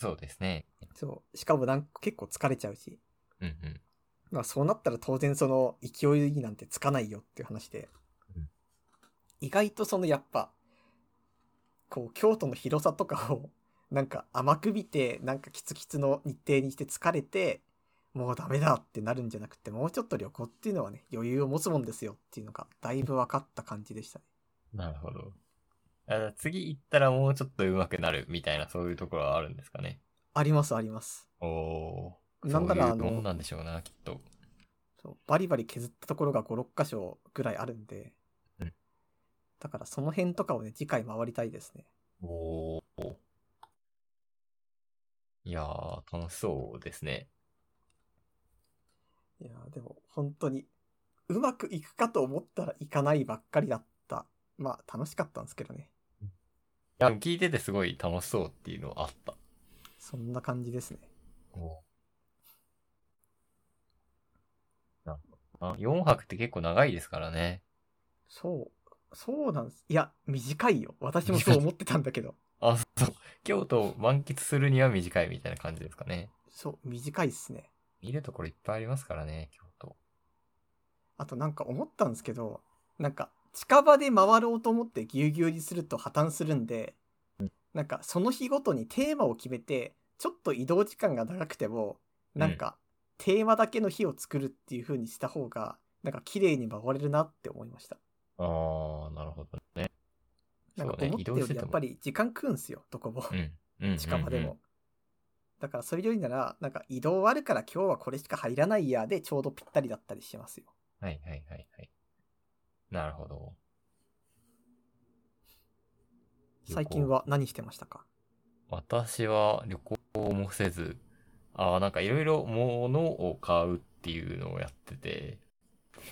そうですね。そう。しかもなんか結構疲れちゃうし。うんうん。まあそうなったら当然その勢いなんてつかないよっていう話でうん。意外とそのやっぱ、こう京都の広さとかを なんか甘く見てなんかキツキツの日程にして疲れて、もうダメだってなるんじゃなくてもうちょっと旅行っていうのはね余裕を持つもんですよっていうのがだいぶ分かった感じでしたね。なるほど。あ次行ったらもうちょっと上手くなるみたいなそういうところはあるんですかね。ありますあります。おおー。なんならあそういうもんの、なんでしょうな、きっと。そうバリバリ削ったところが5、6箇所ぐらいあるんでうん、だからその辺とかをね、次回回りたいですね。おー。いやー、楽しそうですね。いやーでも本当に、うまくいくかと思ったらいかないばっかりだった。まあ楽しかったんですけどね。いや、でも聞いててすごい楽しそうっていうのはあった。そんな感じですね。おなるほどな4泊って結構長いですからね。そう。そうなんです。いや、短いよ。私もそう思ってたんだけど。あ、そう。京都を満喫するには短いみたいな感じですかね。そう、短いっすね。見るところいっぱいありますからね、京都。あとなんか思ったんですけど、なんか近場で回ろうと思ってぎゅうぎゅうにすると破綻するんで、なんかその日ごとにテーマを決めて、ちょっと移動時間が長くても、なんかテーマだけの日を作るっていう風にした方が、なんか綺麗に回れるなって思いました。あー、なるほどね。なんかそうね思っ移た動よしてりてやもっぱり時間食うんすよ、どこも。うん。うん。近場でうんも。。だからそれよりなら、なんか移動あるから今日はこれしか入らないやでちょうどぴったりだったりしますよ。うんはいはいはいはい。なるほど。旅行最近は何してましたか私は旅行もせず、ああ、なんかいろいろ物を買うっていうのをやってて、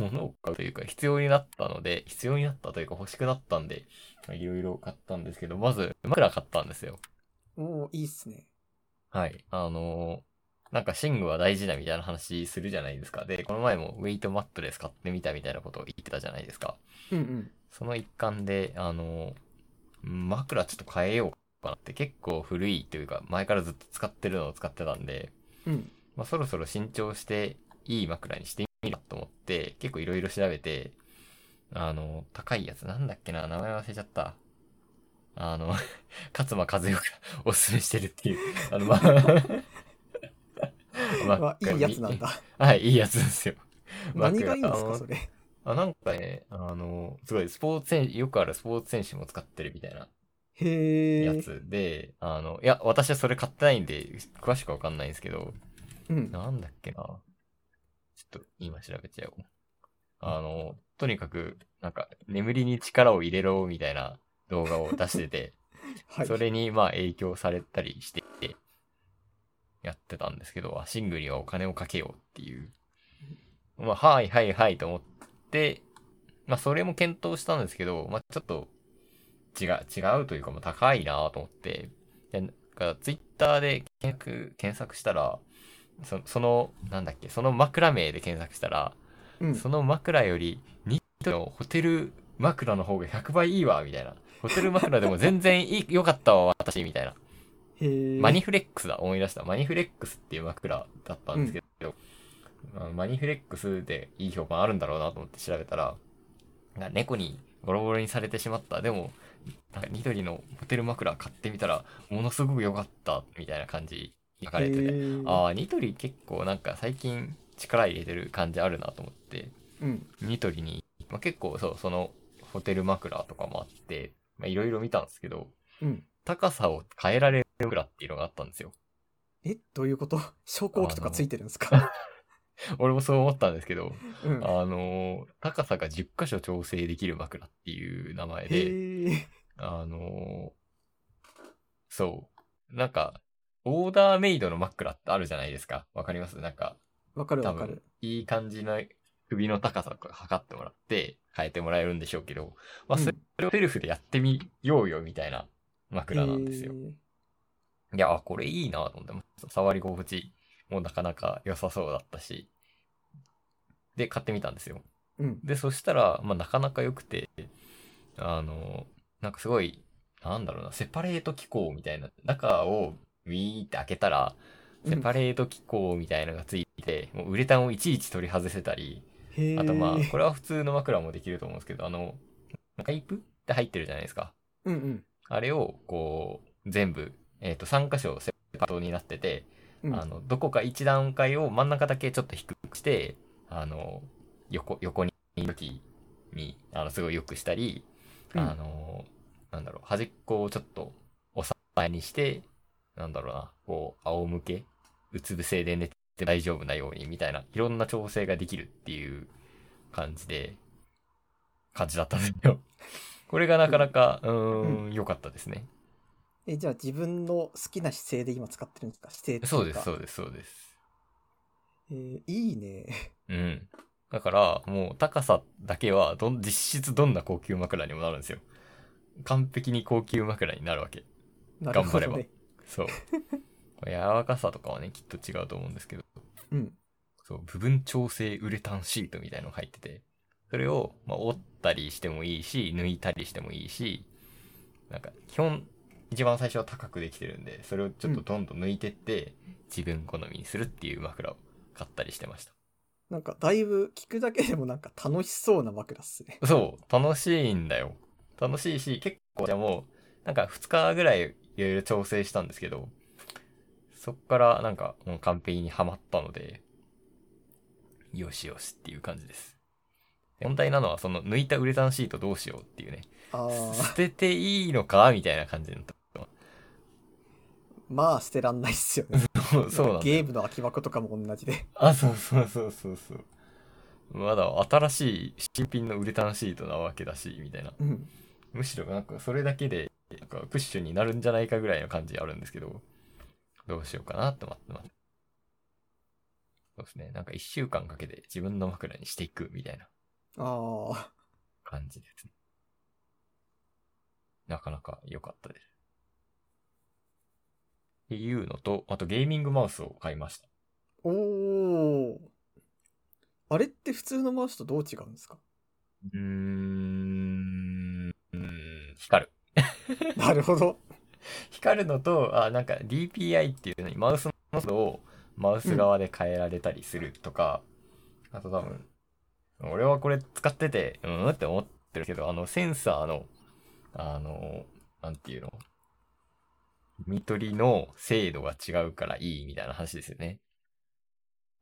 物を買うというか必要になったので、必要になったというか欲しくなったんで、いろいろ買ったんですけど、まず枕買ったんですよ。おーいいっすね。はい。あのーなんか寝具は大事だみたいな話するじゃないですか。で、この前もウェイトマットレス買ってみたみたいなことを言ってたじゃないですか。うんうん。その一環で、あの、枕ちょっと変えようかなって結構古いというか、前からずっと使ってるのを使ってたんで、うん。まあ、そろそろ新調していい枕にしてみると思って、結構いろいろ調べて、あの、高いやつなんだっけな、名前忘れちゃった。あの、 勝間和代が おすすめしてるっていう、あの、 まあ、まあ、いいやつなん。だ。はい、いいやつですよ。何がいいんです枕あか、のそれ。あ、なんかね、あの、すごい、スポーツ選手、よくあるスポーツ選手も使ってるみたいなへやえ。つで、あの、いや、私はそれ買ってないんで、詳しくはわかんないんですけど、うん。なんだっけな。ちょっと、今調べちゃおう。あの、とにかく、なんか、眠りに力を入れろ、みたいな動画を出してて、はい。それに、まあ、影響されたりして、やってたんですけど、あシングにはお金をかけようっていう。まあ、はいはいはいと思って、まあ、それも検討したんですけど、まあ、ちょっと、違う、違うというか、まあ、高いなと思って、で、なんか、ツイッターで検索、検索したら、そその、なんだっけ、その枕名で検索したら、うん。その枕より、ニットのホテル枕の方が100倍いいわ、みたいな。ホテル枕でも全然いい、良かったわ、私、みたいな。へ え。マニフレックスだ、思い出した。マニフレックスっていう枕だったんですけど、まあマニフレックスでいい評判あるんだろうなと思って調べたら、なんか猫にボロボロにされてしまった。でも、なんか緑のホテル枕買ってみたら、ものすごく良かった、みたいな感じに書かれてて。へえああ、ニトリ結構なんか最近力入れてる感じあるなと思って、うん。ニトリに、まあ、結構そう、そのホテル枕とかもあって、まあいろいろ見たんですけど、うん。高さを変えられる枕っていうのがあったんですよ。え、どういうこと昇降機とかついてるんですか俺もそう思ったんですけど、うん。あのー高さが10箇所調整できる枕っていう名前で、へえ。あのーそう。なんか、オーダーメイドの枕ってあるじゃないですか。わかりますなんか、わかる多わか分る。、いい感じの首の高さとか測ってもらって、変えてもらえるんでしょうけど、まあ、うんそれをセルフでやってみようよ、みたいな枕なんですよ。へいや、あこれいいなと思ってました、触り心地もなかなか良さそうだったし、で、買ってみたんですよ。えうん。で、そしたら、まあ、なかなか良くて、あの、なんかすごい、なんだろうな、セパレート機構みたいな、中をウィーって開けたうら、んセパレート機構みたいなのがついて、もうウレタンをいちいち取り外せたり、へえ。あとまあ、これは普通の枕もできると思うんですけど、あの、パイプって入ってるじゃないですか。うんうんあれを、こう、全部、えっ、と、3箇所セパレートになってて、うん。あの、どこか一段階を真ん中だけちょっと低くして、あの、横、横に、向きに、あの、すごい良くしたり、うんあの、なんだろう、端っこをちょっと押さえにして、なんだろうな、こう、仰向け、うつ伏せで寝て大丈夫なように、みたいな、いろんな調整ができるっていう感じで、感じだったんですよ。これがなかなか、うー、うん良かったですね。え、じゃあ自分の好きな姿勢で今使ってるんですか姿勢っていかそうです、そうです、そうです。えーいいね。うん。だから、もう高さだけはどん、実質どんな高級枕にもなるんですよ。完璧に高級枕になるわけ。なるほど頑張ね。そう。これ柔らかさとかはね、きっと違うと思うんですけど、うん。そう、部分調整ウレタンシートみたいのが入ってて、それを、まあ、折ったりしてもいいし、抜いたりしてもいいし、なんか、基本、一番最初は高くできてるんで、それをちょっとどんどん抜いてって、自分好みにするっていう枕を買ったりしてました。なんかだいぶ聞くだけでもなんか楽しそうな枕っすね。そう、楽しいんだよ。楽しいし、結構じゃあもう、なんか2日ぐらいいろいろ調整したんですけど、そっからなんかもう完璧にはまったので、よしよしっていう感じです。問題なのはその抜いたウレタンシートどうしようっていうね、あ捨あ、てていいのかみたいな感じのとこまあ捨てらんないっすよね。 そうそうなんだゲよ。ームの空き箱とかも同じで。あ、そうそうそうそうそう。まだ新しい新品のウレタンシートなわけだし、みたいな。うん。むしろなんかそれだけでなんかプッシュになるんじゃないかぐらいの感じあるんですけど、どうしようかなって思ってます。そうですね。なんか一週間かけて自分の枕にしていくみたいなああ、感じですね。なかなか良かったです。っていうのと、あとゲーミングマウスを買いました。おお。あれって普通のマウスとどう違うんですかうーん、うーん光る。なるほど。光るのと、あ、なんか DPI っていうのにマウスの速度をマウス側で変えられたりするとか、あと多分、俺はこれ使ってて、うーんって思ってるけど、あのセンサーの、あの、なんていうの、読み取りの精度が違うからいいみたいな話ですよね。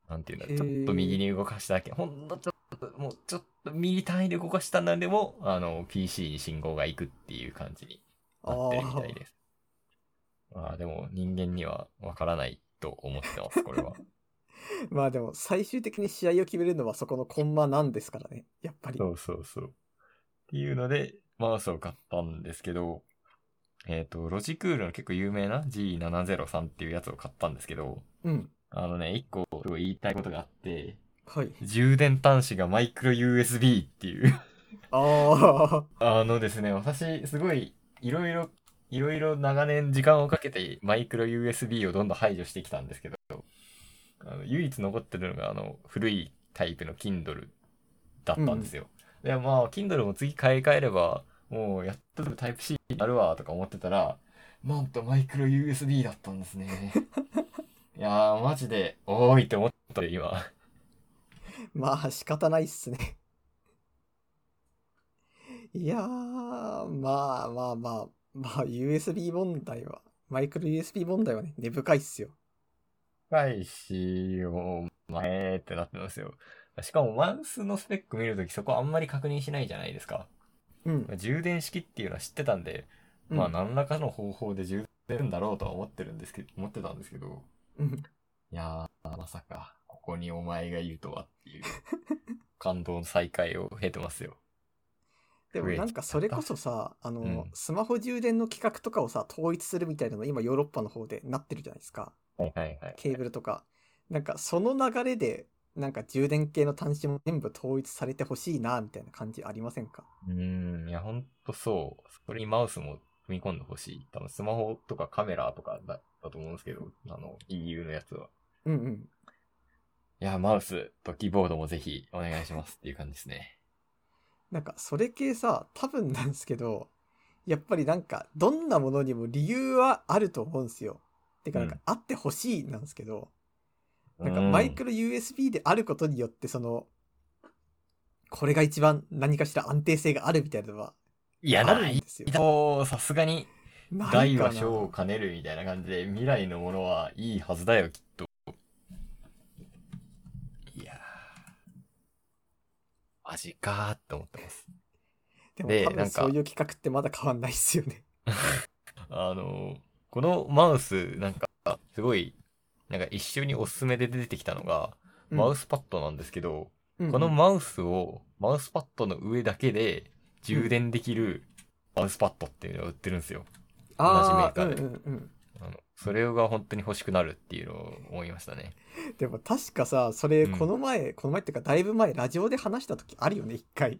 なんていうんだろう、へちーょっと右に動かしただけ、ほんのちょっと、もうちょっとミリ単位で動かしたなんでも、あの、PC に信号が行くっていう感じにあなってるみあたいです。まあでも人間にはわからないと思ってます、これは。まあでも最終的に試合を決めるのはそこのコンマなんですからね。やっぱり。そうそうそう。っていうので、マウスを買ったんですけど、えっ、と、ロジクールの結構有名な G703 っていうやつを買ったんですけど、うん。あのね、一個すごい言いたいことがあって、はい。充電端子がマイクロ USB っていうああのですね、私、すごい、いろいろ、いろいろ長年時間をかけてマイクロ USB をどんどん排除してきたんですけど、あの唯一残ってるのが、あの、古いタイプの Kindle だったんですよ。で、まあ、Kindle も次買い替えれば、もう、やっとタイプ C になるわ、とか思ってたら、なんとマイクロ USB だったんですね。いやー、マジで、おーいって思ったよ、今。あ、 まあ仕方ないっすね。いやー、まあまあまあ、まあ USB 問題は、マイクロ USB 問題はね、根深いっすよ。高いし、もう、まあえーってなってますよ。しかも、マウスのスペック見るときそこあんまり確認しないじゃないですか。うん。充電式っていうのは知ってたんで、まあうん何らかの方法で充電するんだろうとは思ってるんですけど、思ってたんですけど、うん。いやー、まさか、ここにお前がいるとはって いう、感動の再会を経てますよ。でもなんかそれこそさ、あの、うんスマホ充電の規格とかをさ、統一するみたいなの今ヨーロッパの方でなってるじゃないですか。はいはいはい。ケーブルとか。なんかその流れで、なんか充電系の端子も全部統一されてほしいな、みたいな感じありませんかうーん、いや、ほんとそう。それにマウスも踏み込んでほしい。多分スマホとかカメラとかだだと思うんですけど、あの、EU のやつは。うんうん。いや、マウスとキーボードもぜひお願いしますっていう感じですね。なんかそれ系さ、多分なんですけど、やっぱりなんかどんなものにも理由はあると思うんですよ。てかなんうかあってほしいなんですけど、なんかマイクロ USB であることによってその、これが一番何かしら安定性があるみたいなのはうんいや、あなるんいですよ。と、さすがに、ないかな大は小を兼ねるみたいな感じで、未来のものはいいはずだよ、きっと。いやー。マジかーって思ってます。でもで多なん分かそういう企画ってまだ変わんないっすよね。あのー、このマウス、なんか、すごい、なんか一緒におすすめで出てきたのが、 マウス、スパッドなんですけど、うんこのマウスを、マウスパッドの上だけで充電できるマウスパッドっていうのを売ってるんですよ。ああ、う同んじメーうカーでんうん。あのそれが本当に欲しくなるっていうのを思いましたね。でも確かさ、それうんこの前、この前っていうかだいぶ前ラジオで話した時あるよね、一回。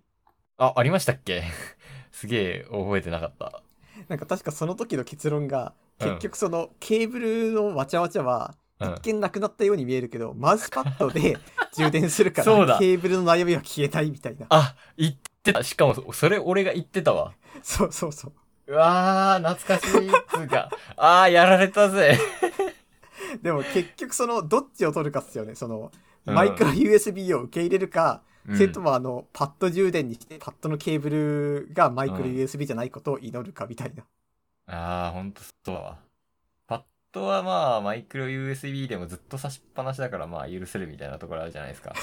あ、ありましたっけ すげえ覚えてなかった。なんか確かその時の結論が、うん結局そのケーブルのわちゃわちゃは、うん一見なくなったように見えるけど、マウスパッドで充電するかそうら、だケーブルの悩みは消えたいみたいな。あ、言ってた。しかもそ、それ俺が言ってたわ。そうそうそう。うわー、懐かしいっつうか。あー、やられ たぜ。でも結局その、どっちを取るかっすよね。その、うんマイクロ USB を受け入れるか、それとうんもあの、パッド充電にして、パッドのケーブルがマイクロうん USB じゃないことを祈るかみたいな。あー、ほんとそうだわ。パッドはまあ、マイクロ USB でもずっと差しっぱなしだからまあ、許せるみたいなところあるじゃな いですか。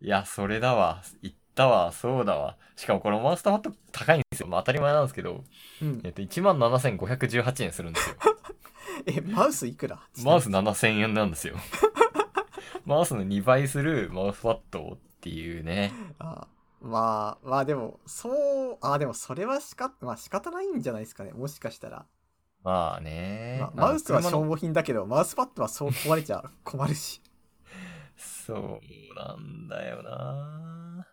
いや、それだわ。言ったわ。そうだわ。しかもこのマウスターパッド高いんですよ。まあ、当たり前なんですけど、うんえっと、17,518円するん ですよ。え、マウスいくらマウス7000円なんですよ。 マウスの2倍するマウスパッドっていうね。あまあ、まあでも、そう、あでもそれはしか、まあ仕方ないんじゃないですかね。もしかしたら。まあね。まあマウスは消車の耗品だけど、マウスパッドはそう壊れちゃ困るし。そうなんだよな。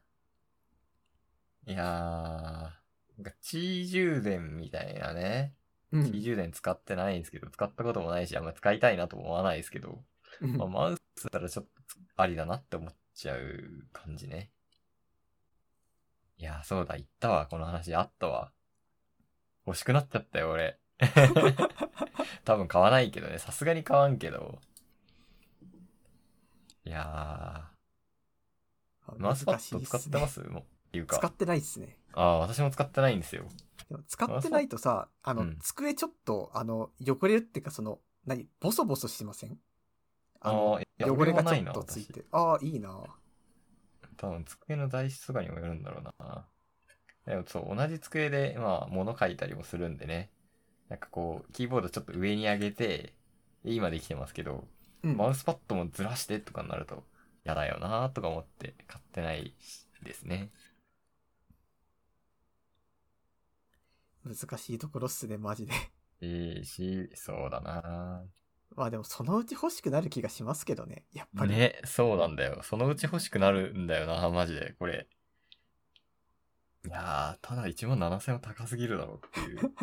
いやー、なんか、チー充電みたいなね。うチーん。充電使ってないんですけど、使ったこともないし、あんま使いたいなとも思わないですけど、うんまあ、マウスだったらちょっとありだなって思っちゃう感じね。いやー、そうだ、言ったわ、この話あったわ。欲しくなっちゃった よ、俺。多分買わないけどね、さすがに買わんけど。いやー、マウスパッド使ってますすもうっていうね。使かっ。てないっすね。ああ、私も使ってないんですよ。でも使ってないとさ、あの、うん机ちょっと、あの、汚れるっていうか、その、何、ボソボソしませんあのあーい、や汚れがち俺もなょいっなとついて。ああ、いいな。多分机の材質とかにもよるんだろうな。でもそう、同じ机で、まあ、物書いたりもするんでね。なんかこう、キーボードちょっと上に上げて、で今できてますけど、うん。マウスパッドもずらしてとかになると、やだよなとか思って買ってないですね。難しいところっすね、マジで。 いいし、そうだなまあでも、そのうち欲しくなる気がしますけどね。やっぱり。ね、そうなんだよ。そのうち欲しくなるんだよなマジで、これ。いやー、ただ1万7000は高すぎるだろうっ ていう。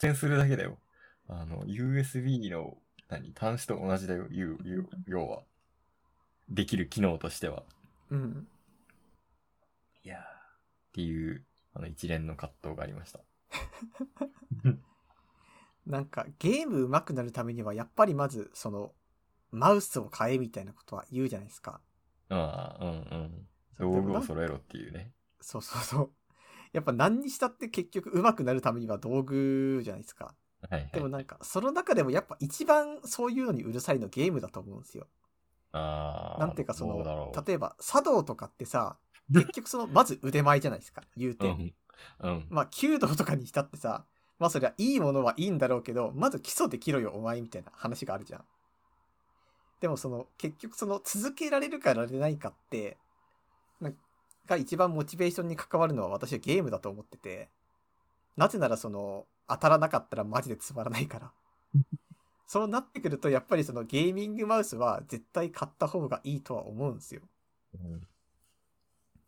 出演するだけだよ。あの、USB の、何、端子と同じだよ、要要要は。できる機能としては。うん。いやー。っていう、あの、一連の葛藤がありました。なんか、ゲーム上手くなるためには、やっぱりまず、その、マウスを買えみたいなことは言うじゃないですか。ああ、うんうん。そう道でも具なをん揃えろっていうね。そうそうそう。やっぱ何にしたって結局上手くなるためには道具じゃないですか。はい、はい。でもなんか、その中でもやっぱ一番そういうのにうるさいのゲームだと思うんですよ。あーなんていうかそどうだの、ろう。例えば、茶道とかって さ、結局その、まず腕前じゃないですか、言うて。うん。うん。まあ、弓道とかにしたってさ、まあそれはいいものはいいんだろうけど、まず基礎できろよ、お前みたいな話があるじゃん。でもその、結局その、続けられるかやられないかって、なんか一番モチベーションに関わるのは私はゲームだと思ってて、なぜならその、当たらなかったらマジでつまらないから。そうなってくると、やっぱりそのゲーミングマウスは絶対買った方がいいとは思うんですよ。うん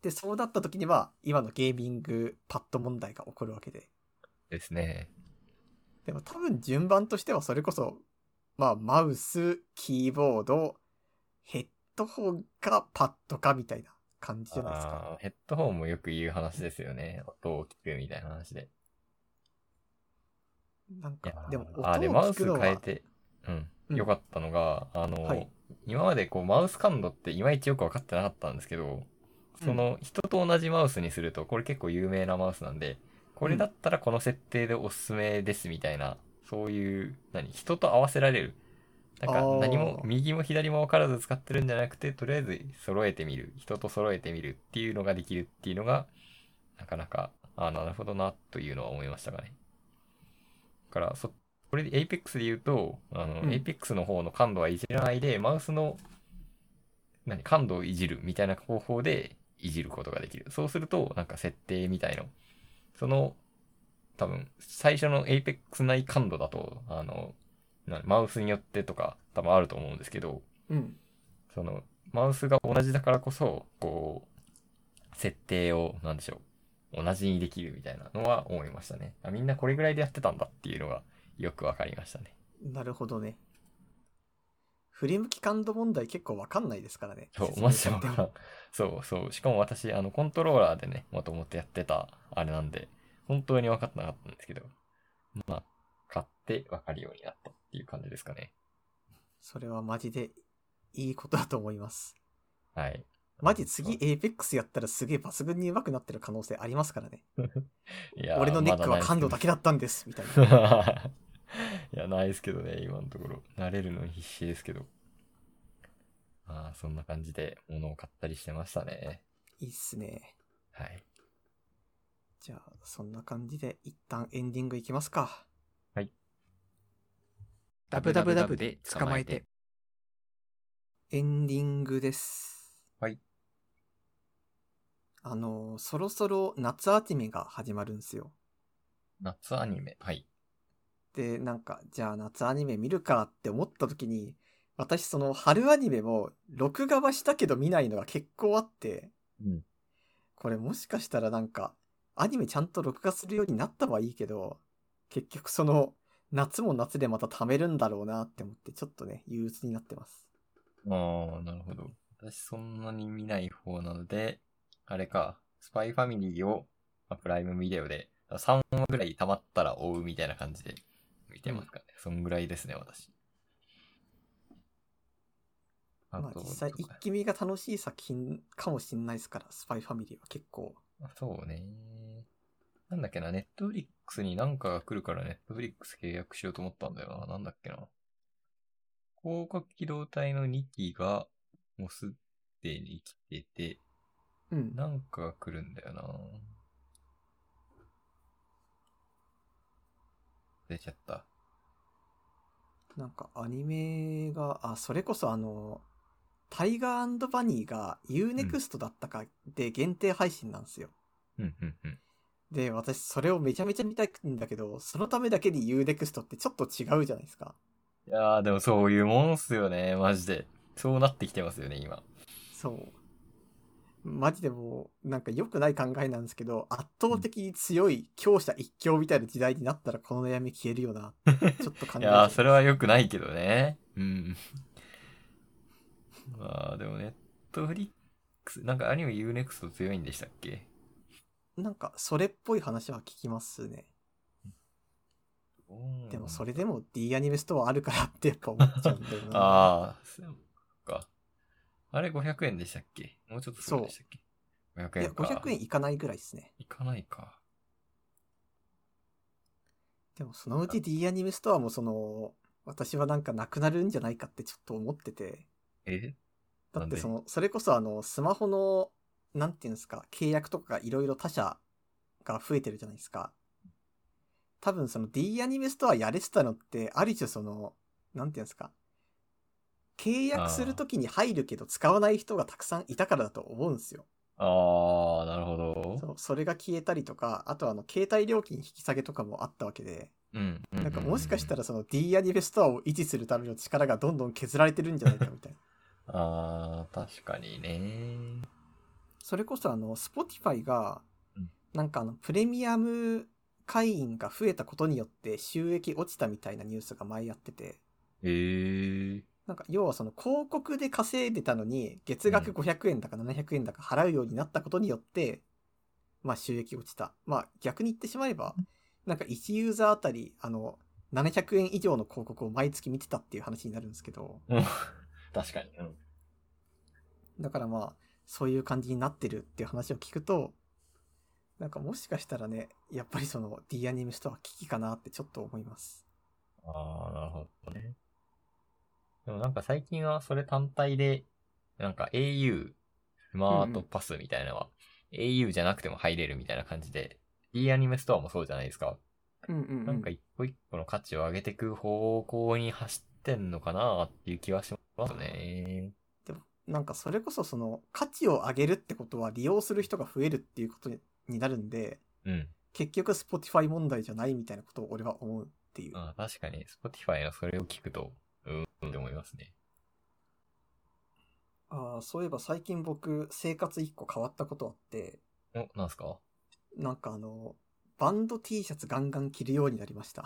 で、そうなった時には、今のゲーミングパッド問題が起こるわけで。ですね。でも多分順番としてはそれこそ、まあ、マウス、キーボード、ヘッドホンかパッドかみたいな感じじゃないですか。あーヘッドホンもよく言う話ですよね。音を聞くみたいな話で。なんいかや、でも音をあー、で、マウ聞くスの変えは、て、うん、うんよかったのが、あの、はい今までこう、マウス感度っていまいちよく分かってなかったんですけど、その、人と同じマウスにすると、これ結構有名なマウスなんで、これだったらこの設定でおすすめですみたいな、そういう、何、人と合わせられる。なんかあー何も右も左も分からず使ってるんじゃなくて、とりあえず揃えてみる。人と揃えてみるっていうのができるっていうのが、なかなか、あなるほどな、というのは思いましたがね。だから、そ、これで APEX で言うと、あの、うん APEX の方の感度はいじらないで、マウスの、何、感度をいじるみたいな方法でいじることができる。そうすると、なんか設定みたいの、その、多分、最初の APEX 内感度だと、あの、なマウスによってとか、多分あると思うんですけど、うん。その、マウスが同じだからこそ、こう、設定を、なんでしょう、同じにできるみたいなのは思いましたね。あみんなこれぐらいでやってたんだっていうのが、よくわかりましたね。なるほどね。振り向き感度問題結構わかんないですからね。そう、説マ明ジされでわてかもらん。そうそう。しかも私、あの、コントローラーでね、もともとやってた、あれなんで、本当に分かってなかったんですけど、まあ、買って分かるようになったっていう感じですかね。それはマジでいいことだと思います。はい。マジ次 APEX やったらすげえ抜群に上手くなってる可能性ありますからね。いやー俺のネックは感度だけだったんです、みたいな。 いや、ないですけどね、今のところ。慣れるのに必死ですけど。まあ、そんな感じで物を買ったりしてましたね。いいっすね。はい。じゃあ、そんな感じで一旦エンディングいきますか。ダブダブダブで捕まえて。エンディングです。はい。あの、そろそろ夏アニメが始まるんですよ。夏アニメ。はい。で、なんか、じゃあ夏アニメ見るかって思った時に、私その春アニメも録画はしたけど見ないのが結構あって、うんこれもしかしたらなんか、アニメちゃんと録画するようになったはいいけど、結局その、夏も夏でまた貯めるんだろうなって思って、ちょっとね、憂鬱になってます。ああ、なるほど。私そんなに見ない方なので、あれか、スパイファミリーを、まあ、プライムビデオで3話ぐらい溜まったら追うみたいな感じで見てますかね。そんぐらいですね、私。あまあと、実際、一気見が楽しい作品かもしんないですから、スパイファミリーは結構。そうね。なんだっけな、ネットフリックスになんかが来るからネットフリックス契約しようと思ったんだよな。なんだっけな。広角機動隊の2機がもうすでに来てて、うん。なんかが来るんだよな。出ちゃった。なんかアニメが、あ、それこそあの、タイガーバニーが UNEXT だったかで限定配信なんですよ。うん、うん、うん。で、私それをめちゃめちゃ見たいんだけど、そのためだけに UNEXT ってちょっと違うじゃないですか。いやー、でもそういうもんっすよね、マジで。そうなってきてますよね、今。そう。マジでもう、なんか良くない考えなんですけど、圧倒的に強い強者一強みたいな時代になったらこの悩み消えるよな。ちょっと考え いちゃやうー、それは良くないけどね。うん。 まあ、でもネットフリックス、なんかアニメ UNEXT 強いんでしたっけなんかそれっぽい話は聞きますね。でもそれ。れでも D アニメストアあるからってやっぱ思っちゃうんだよな。 ああ、そうか。あれ500円でしたっけもうちょっとするんでしたっけ ?500 いや、円か。 500円いかないぐらいですね。いかないか。でもそのうち D アニメストアもその、私はなんかなくなるんじゃないかってちょっと思ってて。えだってその、それこそあの、スマホの、なんていうんですか、契約とかがいろいろ他社が増えてるじゃないですか。多分その D アニメストアやれてたのって、ある種その、なんていうんですか、契約するときに入るけど使わない人がたくさんいたからだと思うんですよ。ああ、なるほど。そうそれが消えたりとか、あとあの、携帯料金引き下げとかもあったわけで、うん。なんかもしかしたら。らその D アニメストアを維持するための力がどんどん削られてるんじゃないかみたいな。ああ、確かにね。それこそあの、Spotify がうん、なんかあの、プレミアム会員が増えたことによって収益落ちたみたいなニュースが前やってて、ええなんか要はその広告で稼いでたのに、月額うん500円だか700円だか払うようになったことによって、まあ収益落ちた。まあ逆に言ってしまえば、なんか1ユーザーあたり、あの、700円以上の広告を毎月見てたっていう話になるんですけど、うん。 確かに。うん。だからまあ、そういう感じになってるっていう話を聞くと、なんかもしかしたらね、やっぱりその D アニメストア危機かなってちょっと思います。ああ、なるほどね。でもなんか最近はそれ単体で、なんか au、スマートパスみたいなのは、au じゃなくても入れるみたいな感じで、D アニメストアもそうじゃないですか。うんうん、うん。なんか一個一個の価値を上げていく方向に走ってんのかなっていう気はしますね。なんかそれこそその価値を上げるってことは利用する人が増えるっていうことになるんで、うん。結局 Spotify 問題じゃないみたいなことを俺は思うっていう。あ確かに、Spotify のそれを聞くと、うーんって思いますね。ああ、そういえば最近僕、生活一個変わったことあって、お、なんすかなんかあの、バンド T シャツガンガン着るようになりま した。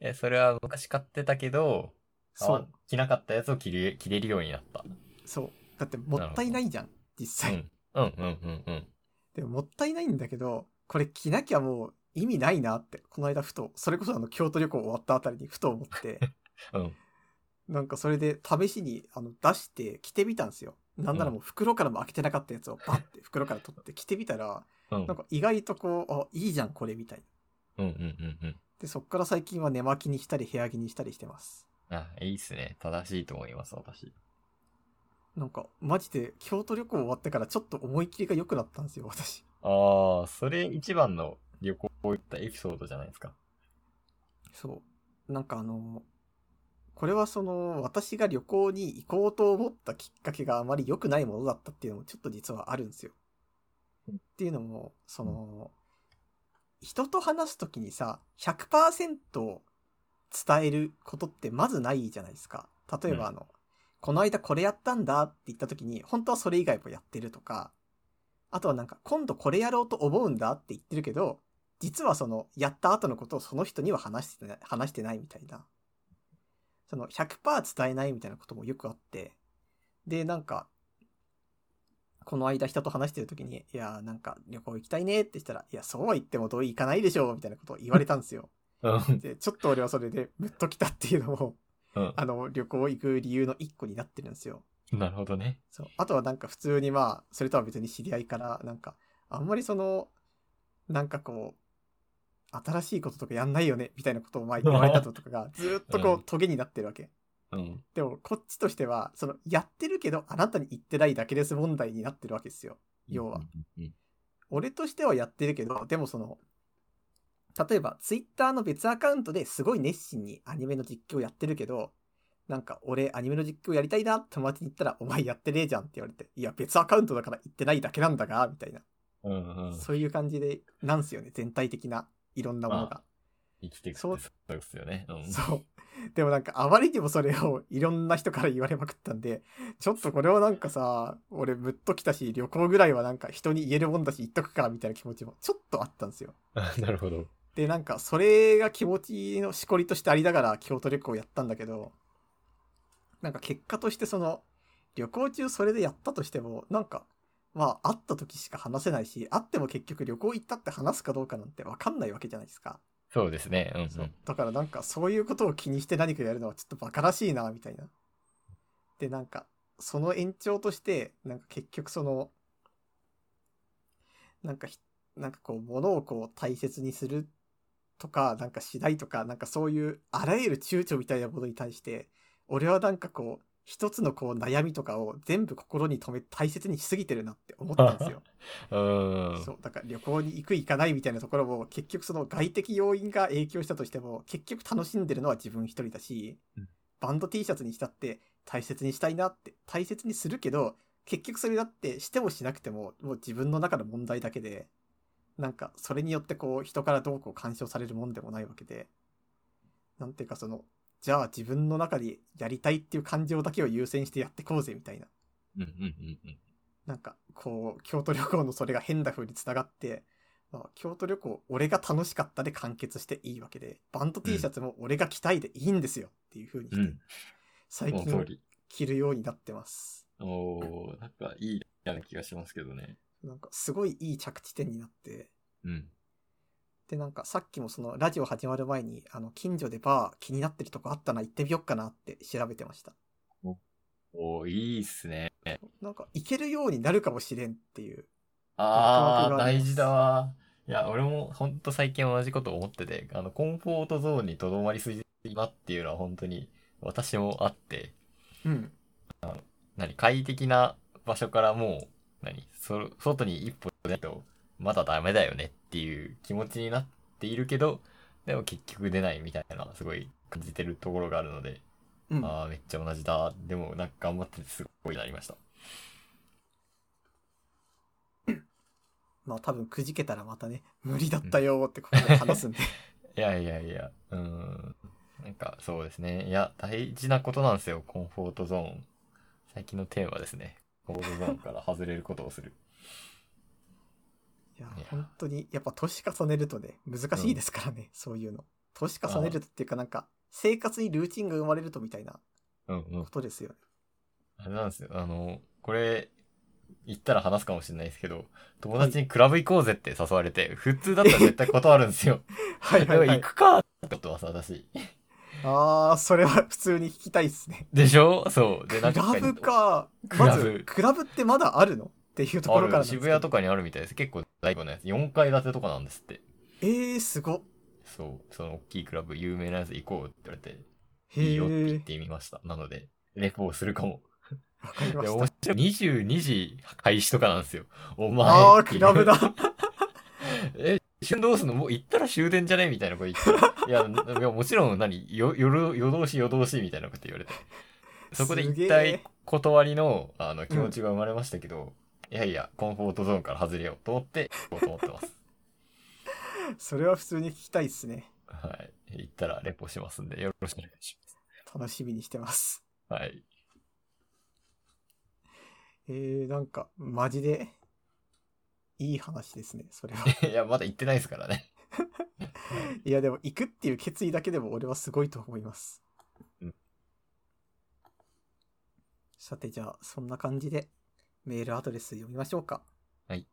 え、それは昔買ってたけど、そあう、着なかったやつを着れ着れるようになった。そう。だってもったいないじゃん、実際。うんうんうんうん。でももったいないんだけど、これ着なきゃもう意味ないなって、この間ふと、それこそあの京都旅行終わったあたりにふと思って、うん。なんかそれで試しにあの出して着てみたんですよ。なんならもう袋からも開けてなかったやつをバッて 袋から取って着てみたら、うん。なんか意外とこう、あ、いいじゃんこれみたいな。うんうんうんうん。で、そっから最近は寝巻きにしたり部屋着にしたりしてます。あ、いいっすね。正しいと思います、私。なんか、マジで京都旅行終わってからちょっと思い切りが良くなったんですよ、私。ああ、それ一番の旅行行ったエピソードじゃないですか。そう。なんかあの、これはその、私が旅行に行こうと思ったきっかけがあまり良くないものだったっていうのもちょっと実はあるんですよ。うんっていうのも、その、人と話すときにさ、100%伝えることってまずないじゃないですか。例えばあの、この間これやったんだって言ったときに、本当はそれ以外もやってるとか、あとはなんか、今度これやろうと思うんだって言ってるけど、実はその、やった後のことをその人には話してない、話してないみたいな。その、100%伝えないみたいなこともよくあって。で、なんか、この間人と話してる時に、いやーなんか旅行行きたいねって言ったら、いや、そうは言ってもどう行かないでしょうみたいなことを言われたんですよ。うん。で、ちょっと俺はそれでムッときたっていうのも、うん。あの、旅行行く理由の一個になってるんですよ。なるほどね。そう。あとはなんか普通にまあ、それとは別に知り合いから、なんか、あんまりその、なんかこう、新しいこととかやんないよね、みたいなことを前言われたのとかが、ずーっとこうう、トゲになってるわけ。うん。でも、こっちとしては、その、やってるけど、あなたに言ってないだけです問題になってるわけですよ。要は。うん。俺としてはやってるけど、でもその、例えば、ツイッターの別アカウントですごい熱心にアニメの実況やってるけど、なんか、俺、アニメの実況やりたいなって友達に言ったら、お前やってねえじゃんって言われて、いや、別アカウントだから言ってないだけなんだが、みたいな。うんうん。そういう感じで、なんすよね、全体的な、いろんなものが。生きていくってそそううですよね。うん。そう。でもなんか、あまりにもそれをいろんな人から言われまくったんで、ちょっとこれはなんかさ、俺、ぶっときたし、旅行ぐらいはなんか人に言えるもんだし、言っとくか、みたいな気持ちもちょっとあったんですよ。あ なるほど。で、なんか、それが気持ちのしこりとしてありながら京都旅行をやったんだけど、なんか結果としてその、旅行中それでやったとしても、なんか、まあ、会った時しか話せないし、会っても結局旅行行ったって話すかどうかなんてわかんないわけじゃないですか。そうですね。うんうん。だからなんか、そういうことを気にして何かやるのはちょっと馬鹿らしいな、みたいな。で、なんか、その延長として、なんか結局その、なんかひ、なんかこう、物をこう大切にするとか、なんかしないとか、なんかそういうあらゆる躊躇みたいなものに対して、俺はなんかこう、一つのこう悩みとかを全部心に留め、大切にしすぎてるなって思ったんですよ。うん。そう、だから旅行に行く行かないみたいなところも、結局その外的要因が影響したとしても、結局楽しんでるのは自分一人だしうん、バンド T シャツにしたって大切にしたいなって、大切にするけど、結局それだってしてもしなくても、もう自分の中の問題だけで、なんかそれによってこう人からどうこう干渉されるもんでもないわけで、なんていうかその、じゃあ自分の中でやりたいっていう感情だけを優先してやってこうぜみたいな。うんうんうんうん。なんか、こう、京都旅行のそれが変な風に繋がって、まあ、京都旅行、俺が楽しかったで完結していいわけで、バンド T シャツも俺が着たいでいいんですよっていう風にして、うん最その近通り。着るようになってます。おー、なんかいいような気がしますけどね。なんか、すごいいい着地点になって、うん。で、なんか、さっきもその、ラジオ始まる前に、あの、近所でバー気になってるとこあったな、行ってみよっかなって調べてました。おー、いいっすね。なんか、行けるようになるかもしれんっていう。あワクワクがー、ありま大す事だわ。いや、俺もほんと最近同じこと思ってて、あの、コンフォートゾーンにとどまりすぎなっていうのは本当に私もあって、うん。何、快適な場所からもう、何、そ外に一歩出ないと、まだダメだよねっていう気持ちになっているけど、でも結局出ないみたいな、すごい感じてるところがあるので、うん。あー、めっちゃ同じだ。でも、なんか頑張っててすごいなりました。まあ多分くじけたらまたね、無理だったよーってここで話すんで。いやいやいや、うーん。なんかそうですね。いや、大事なことなんですよ、コンフォートゾーン。最近のテーマですね。コンフォートゾーンから外れることをする。 いやいや、本当に、やっぱ年重ねるとね、難しいですからね、そういうの。年重ねるとっていうかなんか、生活にルーティンが生まれるとみたいなうんうんこ。とです よね。あれなんですよ。あの、これ、言ったら話すかもしれないですけど、友達にクラブ行こうぜって誘われて、普通だったら絶対断るんですよ。はいはいはでもい行。くかってことはさ、私。あー、それは普通に聞きたいっすね。でしょそう。で、クなラんか、ブか。クまラブず、クラブってまだあるのっていうとこあろからなんでる、すけど渋谷とかにあるみたいです。結構大規模なやつ。4階建てとかなんですって。えー、すごっ。そう。その大きいクラブ、有名なやつ行こうって言われて、へいいよって言えっ。てみました。なので、レポをするかも。わかりまで、した面。白い。22時開始とかなんですよ。お前。あー、クラブだ。。え、旬どうすんのもう行ったら終電じゃねみたいなこと 言って。いや、いやもちろん何、よ、夜、夜通し夜通しみたいなこと言われて。 そこで一すげえ体断りの、あの、気持ちが生まれましたけど、いやいや、コンフォートゾーンから外れようと思って、行こうと思ってます。 それは普通に聞きたいっすね。はい。行ったらレポしますんで、よろしくお願いし楽しみにしてます。ます。はい。えー、なんか、マジで、いい話ですね、それは。いや、まだ行ってないですからね。 いや、でも、行くっていう決意だけでも俺はすごいと思います。うんさて、じゃあ、そんな感じで、メールアドレス読みましょうか。はい。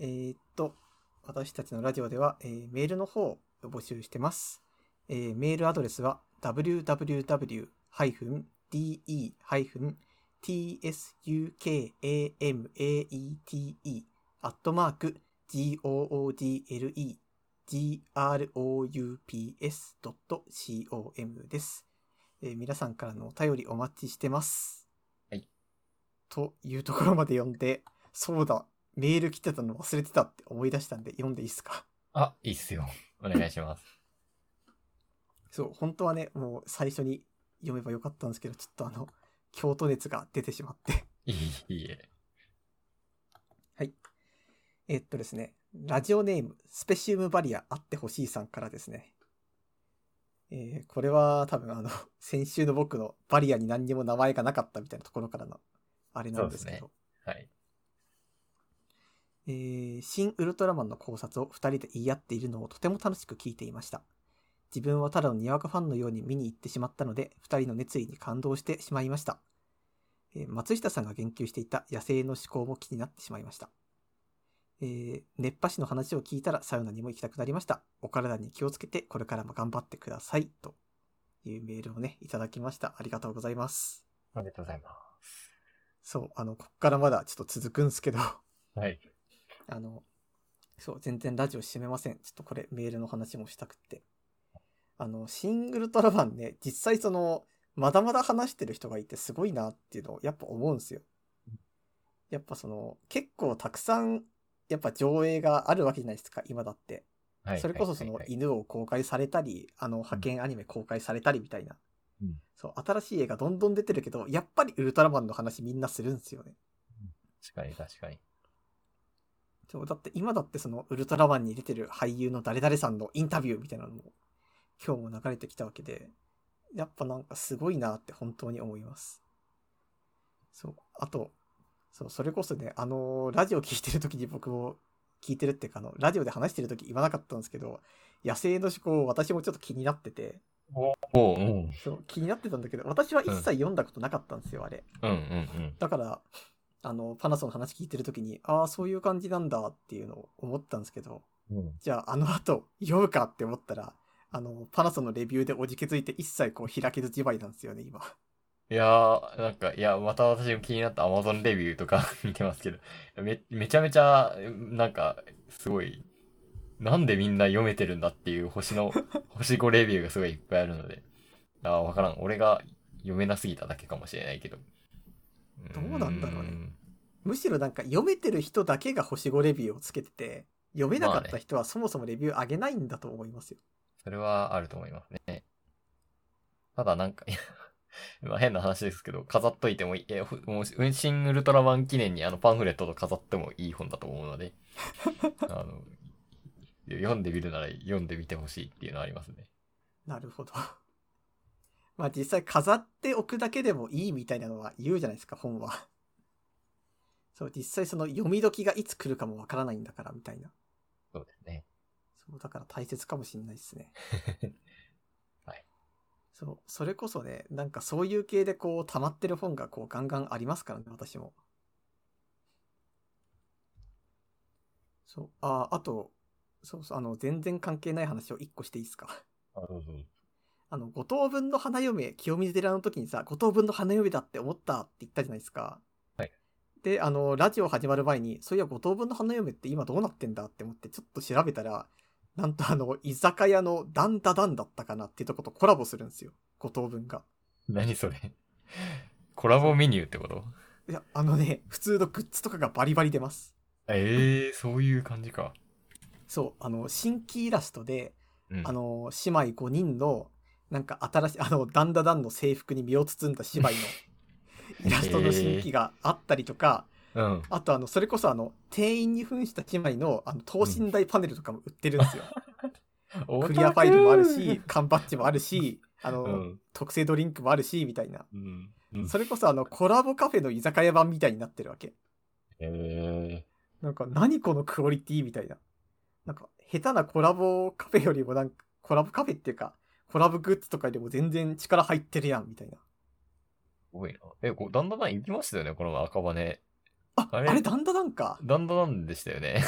えーっと、私たちのラジオでは、えーメールの方を募集してます。えーメールアドレスは www-de-tsukamate アットマーク goodle-groups.com です、えー皆さんからのお便りお待ちしてます。はい。というところまで読んで、そうだ、メール来てたの忘れてたって思い出したんで読んでいいですかあ、いいっすよ。お願いします。そう、本当はね、もう最初に読めばよかったんですけど、ちょっとあの、京都熱が出てしまって。いい、いいえ。えっとですね、ラジオネーム、スペシウムバリアあってほしいさんからですね。えーこれは多分あの、 先週の僕のバリアに何にも名前がなかったみたいなところからの、あれなんですけど。そはい。えー新ウルトラマンの考察を2人で言い合っているのをとても楽しく聞いていました。自分はただのにわかファンのように見に行ってしまったので、2人の熱意に感動してしまいました。えー松下さんが言及していた野生の思考も気になってしまいました。えー熱波師の話を聞いたらサウナにも行きたくなりました。お体に気をつけてこれからも頑張ってください。というメールをね、いただきました。ありがとうございます。ありがとうございまそう、あの、こっからまだちょっと続くんですけど。す。はい。あの、そう、全然ラジオ閉めません。ちょっとこれメールの話もしたくって。あの、シングルトラマンね、実際その、まだまだ話してる人がいてすごいなっていうのをやっぱ思うんですよ。やっぱその、結構たくさん、やっぱ上映があるわけじゃないですか、今だって。はい。それこそそはいのはいはい犬を公開されたり、あの派遣アニメ公開されたりみたいなうん。そう、新しい映画どんどん出てるけど、やっぱりウルトラマンの話みんなするんですよね。確かに確かに。そう、だって今だってそのウルトラマンに出てる俳優の誰々さんのインタビューみたいなのも今日も流れてきたわけで、やっぱなんかすごいなって本当に思います。そう、あと、そう、それこそね、あのーラジオ聞いてる時に僕も聞いてるっていうか、あの、ラジオで話してる時言わなかったんですけど、野生の思考私もちょっと気になってて、おう、うん。そう、気になってたんだけど、私は一切読んだことなかったんですよ、あれ。うんうんうん。だから、あの、パナソンの話聞いてる時に、ああ、そういう感じなんだっていうのを思ったんですけど、うんじゃあ、あの後、読むかって思ったら、あの、パナソンのレビューでおじけづいて一切こう開けずじまいなんですよね、今。いやー、なんか、いや、また私も気になった Amazon レビューとか 見てますけど、め、めちゃめちゃ、なんか、すごい、なんでみんな読めてるんだっていう星 の、星5レビューがすごいいっぱいあるので、あー、わからん。俺が読めなすぎただけかもしれないけど。どうなんだろうねーん。むしろなんか読めてる人だけが星5レビューをつけてて、読めなかっまあたね人はそもそもレビュー上げないんだと思いますよ。それはあると思いますね。ただなんか、いや まあ変な話ですけど、飾っといてもいい。え、ふもう、運針ウルトラマン記念にあのパンフレットと飾ってもいい本だと思うの で、あの、読んでみるなら読んでみてほしいっていうのはありますね。なるほど。 まあ実際飾っておくだけでもいいみたいなのは言うじゃないですか、本は。そう、実際その読み時がいつ来るかもわからないんだからみたいな。そうですね。。そう、だから大切かもしれないですね はい。そう、それこそね、なんかそういう系でこう溜まってる本がこうガンガンありますからね、私も。そう、あ、あと、そうそう、あの、全然関係ない話を一個していいですか。あ、そうそう。あの、五等分の花嫁、清水寺の時にさ、五等分の花嫁だって思ったって言ったじゃないですか。はい。で、あの、ラジオ始まる前に、そういや五等分の花嫁って今どうなってんだって思って、ちょっと調べたら、なんとあの、居酒屋のダンダダンだったかなっていうとことコラボするんですよ。五等分が。何それコラボメニューってこといや、あのね、普通のグッズとかがバリバリ出ます。ええー、そういう感じか。そう、あの、新規イラストで、うん。あの、姉妹5人の、なんか新しい、あの、ダンダダンの制服に身を包んだ 姉妹のイラストの新規があったりとか、うん。あとあの、それこそあの、店員に扮した姉妹の、あの、等身大パネルとかも売ってるんですよ。クリアファイルもあるし、缶バッジもあるし、あの、うん。特製ドリンクもあるし、みたいな。うん。うん。それこそあの、コラボカフェの居酒屋版みたいになってるわけ。ええなんか、何このクオリティみたいな。なんか、下手なコラボカフェよりもなんか、コラボカフェっていうか、コラボグッズとかよりも全然力入ってるやん、みたいな。すごいな。え、こうだんだん行きましたよね、この前赤羽。あ、ああれれダンダダンか。だんだんでした よね。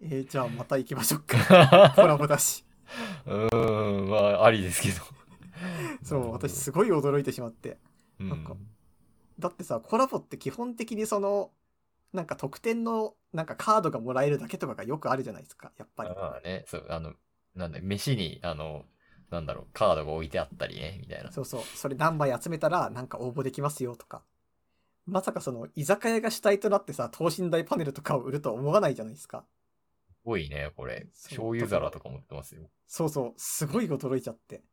えー、じゃあまた行きましょう うか。コーラボだし。ん、まあ、ありですけど。そう、私すごい驚いてしまって。うん、なんかだってさコラボって基本的にそのなんか特典のなんかカードがもらえるだけとかがよくあるじゃないですかやっぱりまあね、そう、あの、なんだ、飯に、あの、なんだろう、カードが置いてあったりね、みたいな。そうそうそれ何枚集めたらなんか応募できますよとかまさかその居酒屋が主体となってさ等身大パネルとかを売るとは思わないじゃないですかすごいね、これ。そう醤油皿とか持ってますよ。そうそうすごい驚いちゃって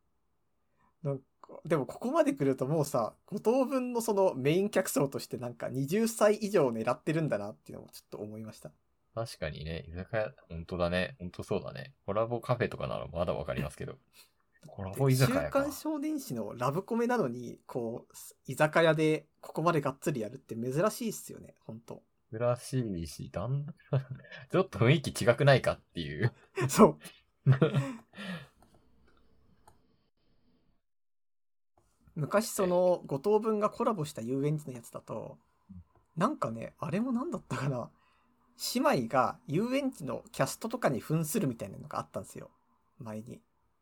なんかでもここまで来るともうさ5等分のそのメイン客層としてなんか20歳以上を狙ってるんだなっていうのもちょっと思いました確かにね、居酒屋、本当だね。本当そうだね。コラボカフェとかならまだわかります けど。コラボ居週酒屋か刊。少年誌のラブコメなのに、こう、居酒屋でここまでがっつりやるって珍しいっすよね、本当珍しいし、だん だん、ちょっと雰囲気違くないかっていう。そう。 昔その、五等分がコラボした遊園地のやつだと、なんかね、あれも何だったかな。姉妹が遊園地のキャストとかに扮するみたいなのがあったんですよ。前に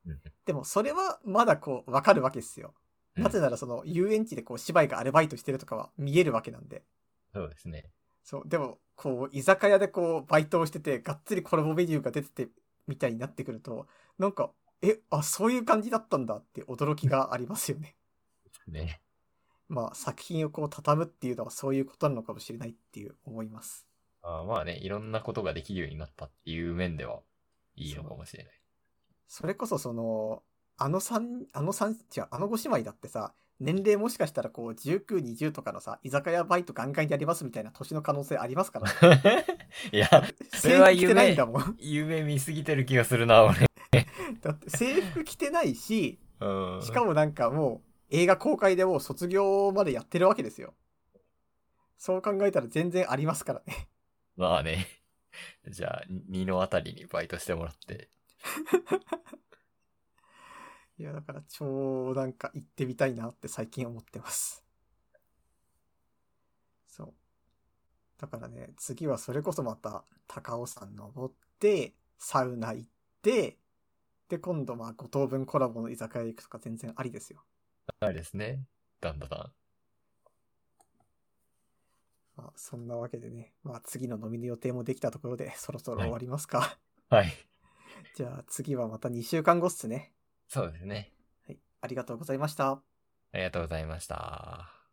うん。でもそれはまだこう、わかるわけですよ。 なぜならその遊園地でこう芝居がアルバイトしてるとかは見えるわけなんで。そうですね。そう、でもこう居酒屋でこうバイトをしててがっつりコラボメニューが出ててみたいになってくると、なんか、え、あ、そういう感じだったんだって驚きがありますよね。 ね。まあ作品をこう畳むっていうのはそういうことなのかもしれないっていう思います。あーまあね、いろんなことができるようになったっていう面では、いいのかもしれない。それこそその、あの三、あの三、違う、あの五姉妹だってさ、年齢もしかしたらこう19、20とかのさ、居酒屋バイトガンガンやりますみたいな年の可能性ありますからね。 いや、 それ制は服着夢てないんだもん。 夢見すぎてる気がするな、俺。だって制服着てないし、うん。しかもなんかもう映画公開でもう卒業までやってるわけですよ。そう考えたら全然ありますからね。 まあね。じゃあ、二のあたりにバイトしてもらって。いや、だから超なんか行ってみたいなって最近思ってます。そう。だからね、次はそれこそまた高尾山登って、サウナ行って、で、今度まあ5等分コラボの居酒屋行くとか全然ありですよ。あれですね。だんだだん。まあ、そんなわけでね、まあ次の飲みの予定もできたところでそろそろ終わりますか。はい。じゃあ次はまた2週間後っすね。そうですね。はい。ありがとうございました。ありがとうございました。